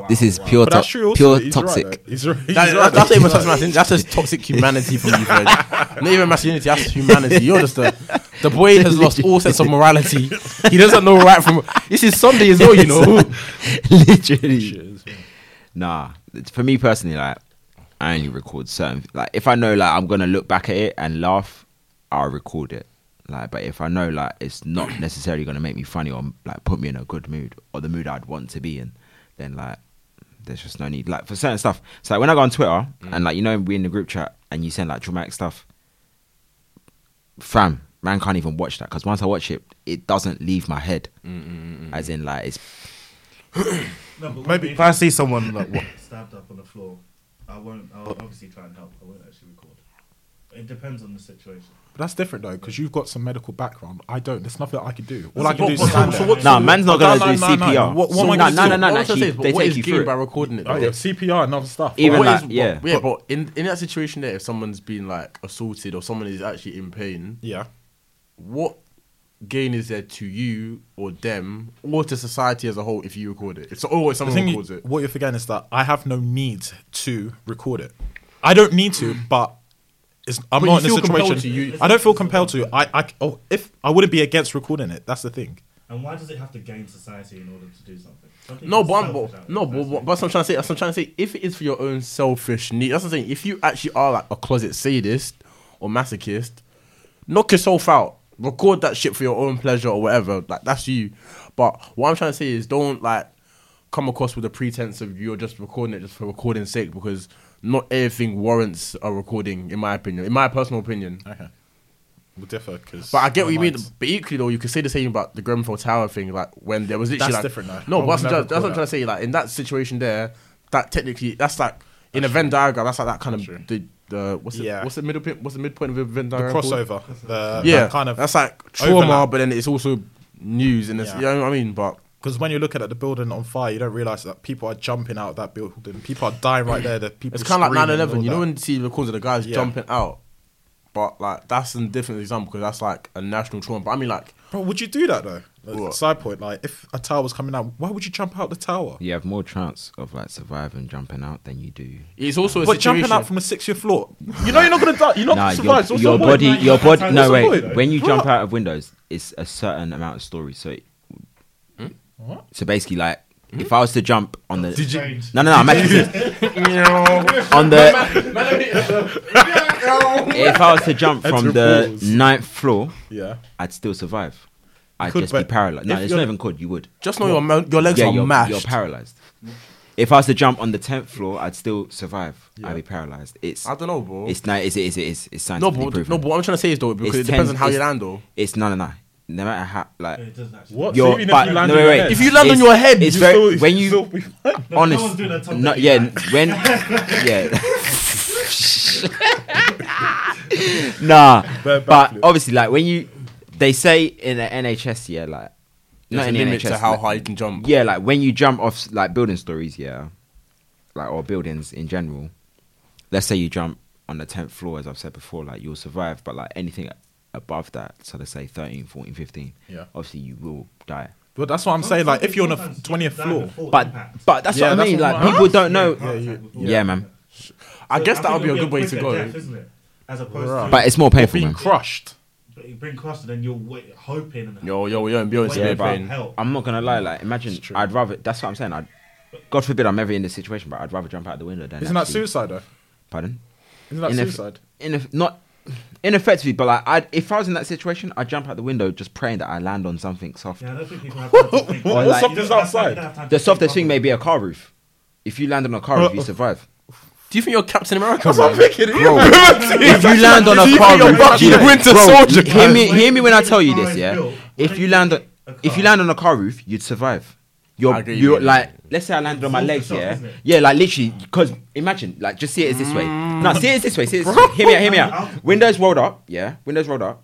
S3: wow.
S4: This is pure,
S3: But that's
S4: to-
S3: true. Also,
S4: pure
S3: he's
S4: toxic.
S3: Right, though. he's right. He's
S7: that,
S3: right.
S7: that's not even toxic. That's just toxic humanity from you, Fred. Not even masculinity. That's humanity. You're just the the boy has lost all sense of morality. He doesn't know right from. This is Sunday as well, you know.
S4: literally. Nah, it's- for me personally, like I only record certain. Like if I know like I'm gonna look back at it and laugh, I'll record it. Like, but if I know like it's not necessarily gonna make me funny or like put me in a good mood or the mood I'd want to be in, then like there's just no need. Like for certain stuff. So like, when I go on Twitter
S7: Mm.
S4: and like you know we in the group chat and you send like dramatic stuff, fam, man can't even watch that because once I watch it, it doesn't leave my head.
S7: Mm.
S4: As in like it's
S5: No, but
S3: Maybe-
S5: maybe
S6: If I see someone like what,
S5: stabbed up on the floor, I won't. I'll obviously try and help. I won't actually record. It depends on the situation.
S3: That's different though, because you've got some medical background. I don't. There's nothing I can do. All
S7: Listen,
S3: I can do is
S7: what-
S3: stand
S7: so
S3: there.
S7: what-
S4: Nah, man's not
S3: But
S4: gonna
S3: no,
S4: do
S3: no, no,
S4: CPR.
S3: no. What- what
S4: So-
S3: am I
S4: nah,
S3: gonna
S4: nah,
S3: do?
S4: nah, nah,
S7: What
S4: nah,
S7: I'm trying
S4: she-
S7: to say is, but
S4: they
S7: what
S4: take
S7: is
S4: you
S7: gained
S4: through.
S7: by
S4: it.
S7: recording it?
S3: Oh,
S7: though?
S3: yeah, CPR and other stuff.
S7: But
S4: Even
S7: what
S4: like,
S7: is-
S4: yeah.
S7: but- yeah. But in in that situation there, if someone's been like assaulted or someone is actually in pain,
S3: yeah.
S7: what gain is there to you or them or to society as a whole if you record it? It's always
S3: The
S7: someone
S3: thing,
S7: records
S3: you-
S7: it.
S3: what you're forgetting is that I have no need to record it. I don't need to, but it's, I'm
S7: Mm. But
S3: not
S7: you
S3: in a
S7: feel compelled
S3: situation.
S7: to, you-
S3: I don't feel compelled to. I, I, oh, if I wouldn't be against recording it. That's the thing.
S5: And why does it have to gain society in order to do something? Some people
S7: No,
S5: are
S7: but I'm,
S5: selfish out
S7: but,
S5: there,
S7: no, but,
S5: that's
S7: but
S5: it.
S7: that's what I'm trying to say. That's what I'm trying to say. If it is for your own selfish need, that's what I'm saying. If you actually are like a closet sadist or masochist, knock yourself out. Record that shit for your own pleasure or whatever. Like that's you. But what I'm trying to say is, don't like come across with a pretense of you're just recording it just for recording sake because not everything warrants a recording. In my opinion, in my personal opinion.
S3: Okay. We'll differ because.
S7: But I get what you mean. But equally though, you could say the same about the Grenfell Tower thing. Like when there was literally
S3: That's
S7: like,
S3: different, though.
S7: no,
S3: I
S7: but
S3: would
S7: that's, what I'm
S3: never
S7: trying- that's what I'm
S3: call
S7: trying to say. Like in that situation there, that technically that's like in a Venn diagram. That's like that kind
S3: That's
S7: of the, the what's it,
S3: Yeah.
S7: what's the middle point? What's the midpoint of a Venn
S3: The
S7: diagram? called?
S3: crossover. The,
S7: Yeah,
S3: that kind of.
S7: that's like trauma,
S3: overlap.
S7: but then it's also news, and it's,
S3: Yeah.
S7: you know what I mean. But
S3: Because when you're looking at the building on fire, you don't realize that people are jumping out of that building. People are dying right there. That people.
S7: it's kind of like
S3: screaming and
S7: 9/11.
S3: all
S7: You know
S3: that.
S7: when you see the records of the guys
S3: Yeah.
S7: jumping out. But like that's a different example because that's like a national trauma. But I mean like
S3: Bro, would you do that though? Like,
S7: What?
S3: Side point, like if a tower was coming out, why would you jump out the tower?
S4: You have more chance of like surviving jumping out than you do.
S7: it's also a
S3: But
S7: situation.
S3: jumping out from a six-year floor, you know you're not gonna die. You're not
S4: Nah,
S3: gonna survive. so what's the
S4: your, your
S3: point?
S4: body,
S5: Like,
S4: your
S5: you
S4: body.
S5: can't
S4: No,
S5: tell
S4: wait.
S5: the point.
S4: When you jump out of windows, it's a certain amount of stories. So, so basically, like if I was to jump on the,
S5: Did you?
S4: no, no, no, I'm actually on the. if I was to jump
S3: That's
S4: from
S3: your
S4: the
S3: balls.
S4: ninth floor,
S3: Yeah.
S4: I'd still survive. I'd
S3: could,
S4: just be
S3: but
S4: paralyzed. No,
S3: if
S4: it's
S3: you're-
S4: not even could. You would.
S7: Just know your mo- your legs are
S4: you're,
S7: mashed.
S4: you're paralyzed. If I was to jump on the tenth floor, I'd still survive. I'd be paralyzed. It's
S7: I don't know, bro.
S4: it's no, it's it's it's it's
S7: no,
S4: scientifically
S7: but
S4: proven.
S7: no, but what I'm trying to say is though because
S4: It's
S7: it depends
S4: ten-
S7: on how you
S4: it's-
S7: land though.
S4: It's no, no, no. No matter how, like,
S5: It doesn't actually.
S3: What?
S4: You're-
S3: so even
S4: but-
S3: if you land
S4: no,
S3: on
S4: wait,
S3: your
S4: wait.
S3: head,
S7: If you land on
S4: It's-
S7: your head,
S4: it's
S7: you
S4: very-
S7: still-
S4: when you-
S3: still be fine.
S5: No, no
S4: honest,
S5: one's doing a top
S4: no,
S5: deck,
S4: yeah,
S5: like,
S4: when, yeah. nah,
S3: Bare
S4: but
S3: backflip.
S4: obviously, like when you, they say in the NHS, yeah, like
S7: There's
S4: not
S7: a
S4: in the
S7: limit
S4: NHS,
S7: to how
S4: like-
S7: high you can jump.
S4: yeah, like when you jump off like building stories, yeah, like or buildings in general. Let's say you jump on the tenth floor, as I've said before, like you'll survive, but like anything above that, so let's say 13, 14, 15,
S3: Yeah.
S4: obviously you will die.
S3: But that's what I'm saying. Like if you're on the
S5: Sometimes
S3: twentieth
S5: you die
S3: floor,
S5: before
S4: But
S5: impact.
S4: but that's
S3: Yeah,
S4: what I
S3: that's
S4: mean.
S3: what
S4: like
S3: I'm-
S4: people don't know.
S5: Heart
S3: Yeah,
S5: attack before
S4: Yeah,
S5: death.
S4: man.
S7: I guess
S5: think
S7: that would be a
S5: it'll
S7: good way to
S5: quicker
S7: go.
S5: death, isn't it? As opposed to
S4: But it's more painful,
S3: being
S4: man.
S3: crushed.
S5: but you bring cross and then you're wait, hoping and
S7: Yo, yo, yo, and Beyonce
S5: waiting
S7: yeah,
S5: for
S7: playing.
S5: help.
S4: I'm not gonna lie. Like, imagine I'd rather. That's what I'm saying. I'd, God forbid I'm ever in this situation, but I'd rather jump out the window than.
S3: Isn't that
S4: actually-
S3: suicide though?
S4: Pardon.
S3: Isn't that
S4: In eff-
S3: suicide?
S4: In eff- not ineffectively, but like, I'd, if I was in that situation, I'd jump out the window just praying that I land on something soft.
S5: Yeah, I don't think people have time to think.
S3: Or
S5: You
S4: like-
S5: don't have time-
S3: Something's
S5: you don't have time to
S4: The
S5: think
S4: softest thing
S5: properly.
S4: may be a car roof. If you land on a car roof, you survive.
S7: Do you think you're Captain America?
S3: I'm thinking.
S4: Bro, if you land on a car
S7: you're
S4: roof,
S7: Bucky
S4: you
S7: the
S4: know-
S7: Winter
S4: bro,
S7: Soldier,
S4: Hear me,
S5: man?
S4: hear me when I tell you
S5: Car
S4: this,
S5: is
S4: yeah.
S5: built.
S4: If
S5: Why
S4: you
S5: don't
S4: land
S5: you
S4: on,
S5: get a
S4: if you
S5: car?
S4: land on a car roof, you'd survive. You're,
S7: I agree with
S4: you're
S7: you.
S4: like, let's say I landed on my
S5: It's all
S4: legs,
S5: the shock,
S4: yeah,
S5: isn't it?
S4: yeah, like literally, because imagine, like, just see it as this way. No, see it as this way. See it as this way. Hear me out. Hear me out. Windows rolled up, yeah. Windows rolled up.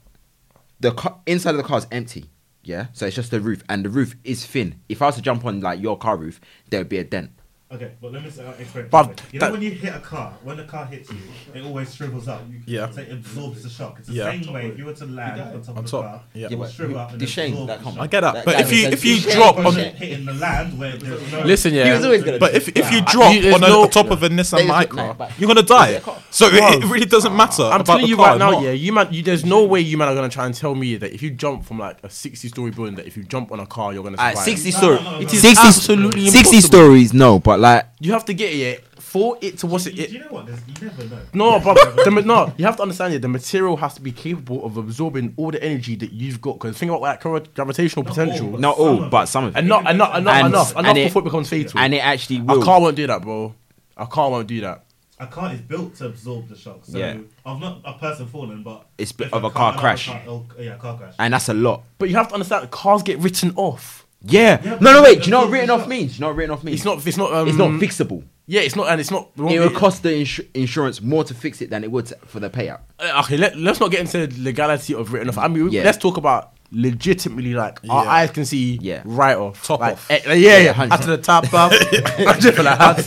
S4: The car, inside of the car is empty, yeah. So it's just the roof, and the roof is thin. If I was to jump on like your car roof, there would be a dent.
S5: Okay, but let me say, explain.
S7: But
S5: you know
S7: that-
S5: when you hit a car, when the car hits you, it always shrivels up. You,
S3: Yeah.
S5: So it absorbs the shock. It's the
S3: Yeah.
S5: same way if you were to land on top
S3: On
S5: of
S3: top,
S5: the car,
S3: yeah.
S5: it will
S4: but
S5: shrivel up and
S4: the shame,
S5: absorb
S4: that
S5: the
S4: come-
S5: shock.
S3: I get that, but
S4: that
S3: if you
S4: was
S3: if you
S4: a-
S3: drop
S5: But
S3: on,
S5: it's hitting the land where there's no...
S7: Listen, yeah.
S4: He was always gonna.
S3: but
S4: do
S3: if if you
S7: I-
S3: drop
S7: you- there's
S3: on
S7: no-
S3: the top of a Nissan
S4: There's no- no,
S3: Micra,
S4: but-
S3: you're gonna die. So it, it
S7: Bro,
S3: really doesn't matter.
S7: I'm
S3: about
S7: telling
S3: the
S7: you
S3: car
S7: right
S3: or
S7: now,
S3: not.
S7: yeah, you man, you, there's no way you man are gonna try and tell me that if you jump from like a 60 story building, that if you jump on a car, you're gonna
S4: All
S7: survive.
S4: right, 60
S5: No,
S4: stories.
S5: no, no, no.
S7: It is
S4: 60,
S7: absolutely
S4: 60
S7: impossible.
S4: stories, no, but like,
S7: You have to get it yeah, for it to what's
S5: Do
S7: it.
S5: you, do
S7: it
S5: you know what? There's, you never know.
S7: no, but the, ma- no, you have to understand it. The material has to be capable of absorbing all the energy that you've got. Because think about that gravi- gravitational
S5: Not all,
S7: potential,
S5: but
S4: not all, but some of it.
S7: and not enough, enough,
S4: And-
S7: enough,
S4: and
S7: enough
S4: it-
S7: before it becomes fatal.
S4: And it actually
S7: a
S4: will.
S7: car won't do that, bro. A car won't do that.
S5: A car is built to absorb the shock. So
S4: Yeah.
S5: of not a person falling, but
S4: It's
S5: if
S4: of a car
S5: another
S4: crash.
S5: car- oh, yeah, car crash.
S4: And that's a lot.
S7: But you have to understand, cars get written off.
S4: Yeah.
S5: Yeah,
S4: no, no, wait. Do you know
S5: but-
S4: what written off means? Do you know what written off means?
S7: It's not. It's not. Um,
S4: It's not fixable.
S7: Yeah, it's not, and it's not.
S4: It would cost the insu- insurance more to fix it than it would to- for the payout.
S7: Uh, Okay, let, let's not get into the legality of written off. I mean, we
S4: Yeah.
S7: let's talk about legitimately, like our
S3: Yeah.
S7: eyes can see
S4: Yeah.
S7: right off,
S3: Top
S7: Like,
S3: off.
S7: eh, like, yeah, yeah,
S4: hundred
S7: after the top off, after the hats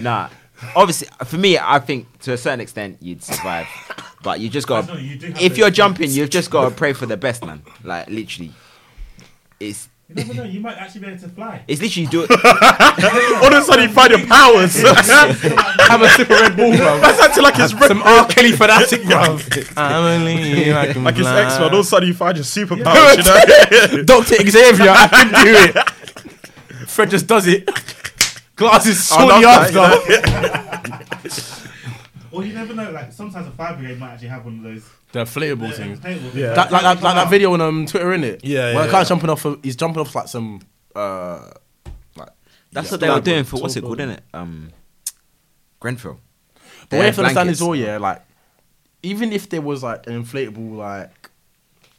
S4: Nah. Obviously, for me, I think to a certain extent you'd survive, but you just got.
S5: That's not- you do have
S4: If
S5: to-
S4: you're jumping, you've just got to pray for the best, man. Like literally, it's
S5: You never know. You might actually be able to fly.
S4: it's literally do it.
S3: All of a sudden, you find your powers.
S7: Have a sip of Red Bull, bro.
S3: That's actually like it's
S7: Some R. Kelly fanatic, bro. I'm only I can
S3: like it's
S7: fly.
S3: X Men. All of a sudden, you find your superpowers. You know.
S7: Doctor Xavier, I can do it. Fred just does it. Glasses
S3: I love
S7: shortly
S3: that,
S7: after.
S5: Or you never know. Like sometimes a fire brigade might actually have one of those.
S7: The inflatable
S5: they're
S7: things.
S5: inflatable things.
S3: Yeah.
S7: That, like, that, like that video on um, Twitter, innit?
S3: Yeah, yeah,
S7: When I
S3: yeah.
S7: can't jumping off, of, he's jumping off like some. Uh,
S4: That's
S7: Yeah.
S4: what they were
S7: Like,
S4: doing for what's it
S3: Torbo.
S4: called, innit? Um, Grenfell.
S7: the
S4: They
S7: way I
S4: had
S7: have to understand
S4: blankets.
S7: is all, yeah, like, even if there was like an inflatable, like,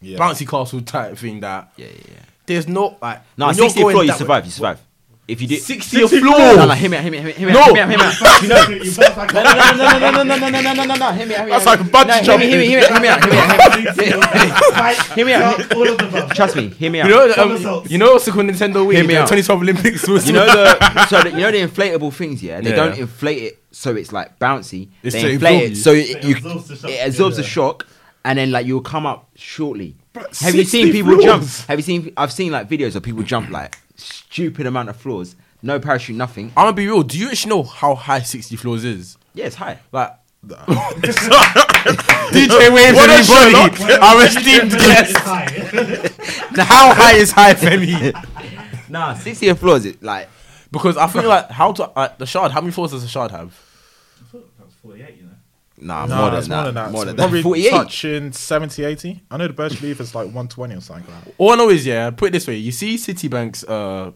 S3: Yeah.
S7: bouncy castle type thing that
S4: Yeah, yeah, yeah.
S7: there's no, like,
S4: No,
S7: when you're
S4: 60
S7: going
S4: floor, you
S7: that way-
S4: survive. You survive. if you did
S7: 60th floor.
S4: No, no, hear me out, hear me out, hear me out, hear me out, hear me out.
S5: You know, you bounce back.
S4: No, no, no, no, no, no, no, no, no, no, no, no, hear me out, hear me out.
S3: That's like bungee
S4: No, hear me-
S3: jumping.
S4: Hear me, hear me, hear me out, hear me out, hear me out.
S5: Fight,
S4: Hear me out.
S5: jump, All of the above.
S4: Trust me, hear me out.
S7: You know, um,
S5: Somersaults.
S7: you know what's the Nintendo Wii?
S4: Hear me
S7: the
S4: out.
S7: 2012 Olympics was.
S4: You know the so the, you know the inflatable things, yeah. They
S7: Yeah.
S4: don't inflate it so it's like bouncy.
S7: It's to
S4: they inflate
S7: absorb
S4: it
S7: you.
S4: so it, you,
S5: absorbs the shock.
S4: it absorbs the
S5: Yeah.
S4: shock, and then like you'll come up shortly. Have you seen people jump? Have you seen? I've seen like videos of people jump like stupid amount of floors, no parachute, nothing.
S7: I'm gonna be real. Do you actually know how high 60 floors is?
S4: Yeah, it's high.
S7: Like. DJ Wave
S3: What a
S7: everybody.
S5: Well,
S7: Our
S5: you
S7: esteemed
S5: get
S7: guest.
S5: high.
S7: How high is high for me?
S4: Nah, sixtieth floors. It like
S7: Because I feel like how to uh, the shard. How many floors does the shard have?
S5: That's 48, you know.
S4: nah,
S3: Nah,
S4: more than
S3: it's
S4: that. More than
S3: It's
S4: that.
S3: Probably
S4: Forty eight.
S3: touching 70, 80. I know the Birch Leaf is like 120 or something like that.
S7: All I know is yeah. Put it this way: you see Citibank's, uh,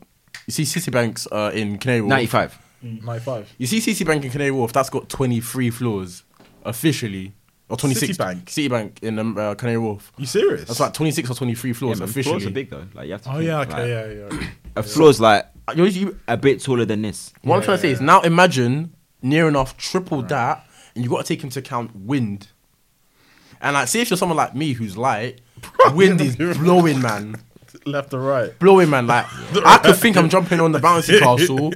S7: you see Citibank's uh, in Canary Wharf.
S4: Ninety five.
S3: 95.
S7: You see Citibank in Canary Wharf. That's got twenty three floors officially, or twenty six.
S3: Citibank?
S7: Citibank in um, uh, Canary Wharf.
S3: You serious?
S7: That's like twenty six or twenty three floors officially.
S4: Floors are big though. Like you have to.
S3: Oh,
S4: think,
S3: yeah,
S4: like,
S3: okay, yeah, yeah.
S4: A floor's like
S7: Uh, you- you-
S4: a bit taller than this.
S7: what I'm trying to say is now imagine near enough triple that, and you got to take into account wind. And like, say if you're someone like me who's light, wind is blowing, man.
S3: Left or right.
S7: blowing, man. Like I could think I'm jumping on the bouncy castle.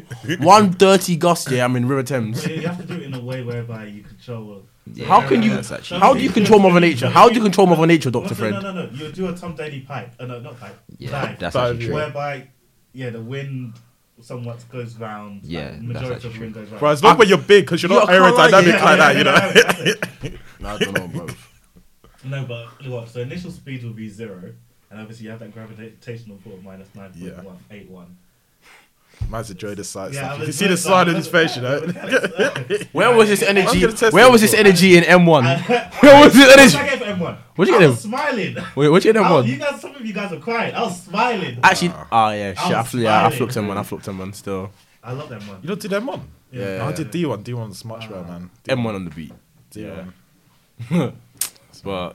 S7: One dirty gust, yeah, I'm in River Thames.
S5: But you have to do it in a way whereby you control.
S4: Yeah,
S7: How can you-
S4: that's actually-
S7: How do you control Mother Nature? How do you control Mother Nature,
S5: No,
S7: Doctor
S5: no, no,
S7: Fred?
S5: no, no. You do a Tom Daly pipe. Uh, no, not pipe.
S4: Yeah,
S5: dive,
S4: that's
S3: Five
S4: actually
S3: years.
S4: true.
S5: Whereby, yeah, the wind somewhat goes round. like,
S4: Yeah, that's
S5: majority
S4: actually
S5: of the wind goes round.
S3: Bro, it's not when you're big because you're
S7: Yeah,
S3: not
S7: I can't lie,
S3: aerodynamic
S5: Yeah,
S3: like
S5: yeah,
S3: that, you know?
S5: yeah, yeah, yeah.
S7: I don't know, bro.
S5: No, but what? So initial speed will be zero, and obviously you have that gravitational pull of minus nine point one eight one.
S3: Mine's a Joe sight.
S5: Yeah, I
S3: Yeah, you
S5: was
S3: see the
S5: doing
S3: smile
S5: that.
S3: on his face, you know?
S7: Where was this
S3: I'm
S7: energy?
S3: gonna test
S7: Where
S3: it.
S7: was this energy in M1? Where was this
S5: What did I
S7: energy?
S5: get for M1?
S7: What'd you
S5: I
S7: get
S5: was smiling.
S7: Wait, what you in
S5: I was-
S7: M1?
S5: Oh, you guys, some of you guys are crying. I was smiling. I,
S7: Actually, ah yeah, shit. I, fl- yeah, I flipped M1. I flipped M1 still.
S5: love that one.
S3: You don't do them on.
S7: Yeah.
S3: I did D1. D1 was much better, man.
S7: M1 on the beat. Yeah,
S3: D1.
S7: but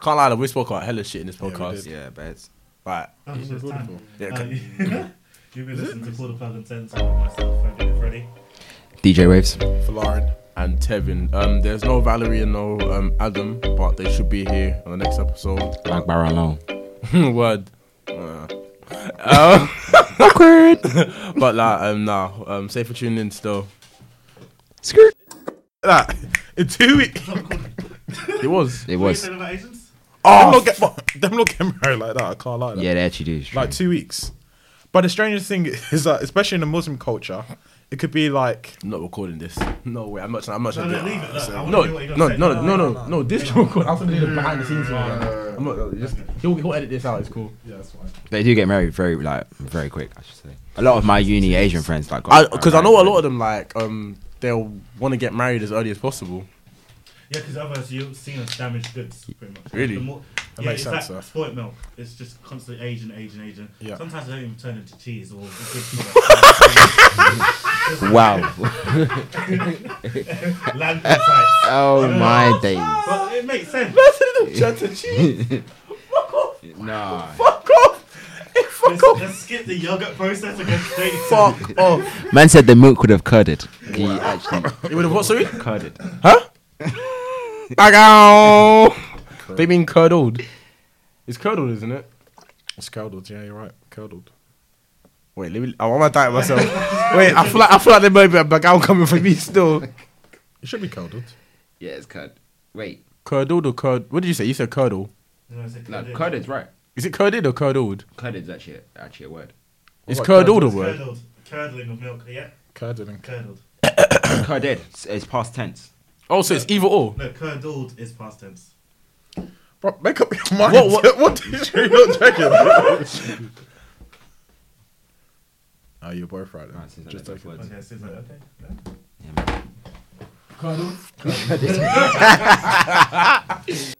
S7: can't lie, we spoke about hella shit in this
S3: we
S7: podcast.
S3: did.
S4: Yeah, beds.
S7: Right.
S5: That was just Oh, time.
S7: Yeah,
S5: Uh,
S7: can-
S5: You've been listening to Call the Plug and Sense with myself, Fred and Freddy.
S4: DJ Waves.
S3: For Lauren.
S7: and Tevin. Um, there's no Valerie and no um, Adam, but they should be here on the next episode.
S4: Like Barra Long.
S7: Word. Uh, um, awkward. but like, um, nah. Um, safe for tuning in still.
S3: That. In two weeks.
S7: It was.
S5: What are
S4: It
S5: you
S4: was.
S5: saying about Asians?
S3: Oh, them not get, them not get married like that. I can't lie.
S4: Yeah, they actually do. it's
S3: Like
S4: true.
S3: two weeks. But the strangest thing is that, especially in the Muslim culture, it could be like
S7: I'm not recording this. No way. I'm not. I'm not
S5: No,
S7: trying
S5: no,
S7: to.
S5: leave it. Look, I wanna
S7: No,
S5: hear what you're
S7: no,
S5: gonna say.
S7: no, no, no, no. This is recorded. I'm gonna do the behind the scenes. one. I'm not. Just he'll, he'll edit this out. It's cool.
S3: yeah, that's fine.
S4: They do get married very like very quick. I should say. A lot of my uni Asian friends like.
S7: I because I know a lot of them like um they'll want to get married as early as possible.
S5: Yeah, because otherwise you've seen us damaged goods, pretty much.
S7: Really?
S5: The more,
S3: That
S5: yeah,
S3: makes
S5: it's
S3: sense,
S5: like
S3: though.
S5: spoilt milk. It's just constantly aging, aging, aging.
S3: Yeah.
S5: Sometimes they don't even turn into cheese or. good
S4: them. Wow.
S5: product. Land sites.
S4: oh my days.
S5: But it makes sense.
S4: Nah.
S5: Let's, let's skip the yogurt process again. Fuck.
S7: Oh,
S4: Man said the milk would have curded. He actually
S7: it would have what? Sorry.
S4: curded.
S7: Back out. They mean curdled. It's curdled, isn't it?
S3: It's curdled. Yeah, you're right. Curdled.
S7: Wait, let me. I want to die myself. Wait, I feel like I feel like there might be a back out coming for me still.
S3: It should be curdled.
S4: Yeah, it's curd. Wait,
S7: Curdled or curd? What did you say? You said curdle.
S4: no, curded's right.
S7: Is it curded or curdled?
S4: Curded's actually actually a word.
S7: Oh It's
S3: What,
S7: curdled a
S3: curdled?
S7: word.
S5: Curdled. Curdling of milk. Yeah,
S3: Curdled and
S5: curdled.
S4: Curded. It's, it's past tense.
S7: Oh, so it's either or.
S5: No, curdled is past tense.
S3: Bro, make up your mind.
S7: What-
S3: What, what, did you not check it? Oh, you're both right.
S4: Right, since I
S3: Just
S4: know
S3: take
S4: both
S3: it.
S5: Okay, so it's like, okay. yeah.
S4: Yeah, man.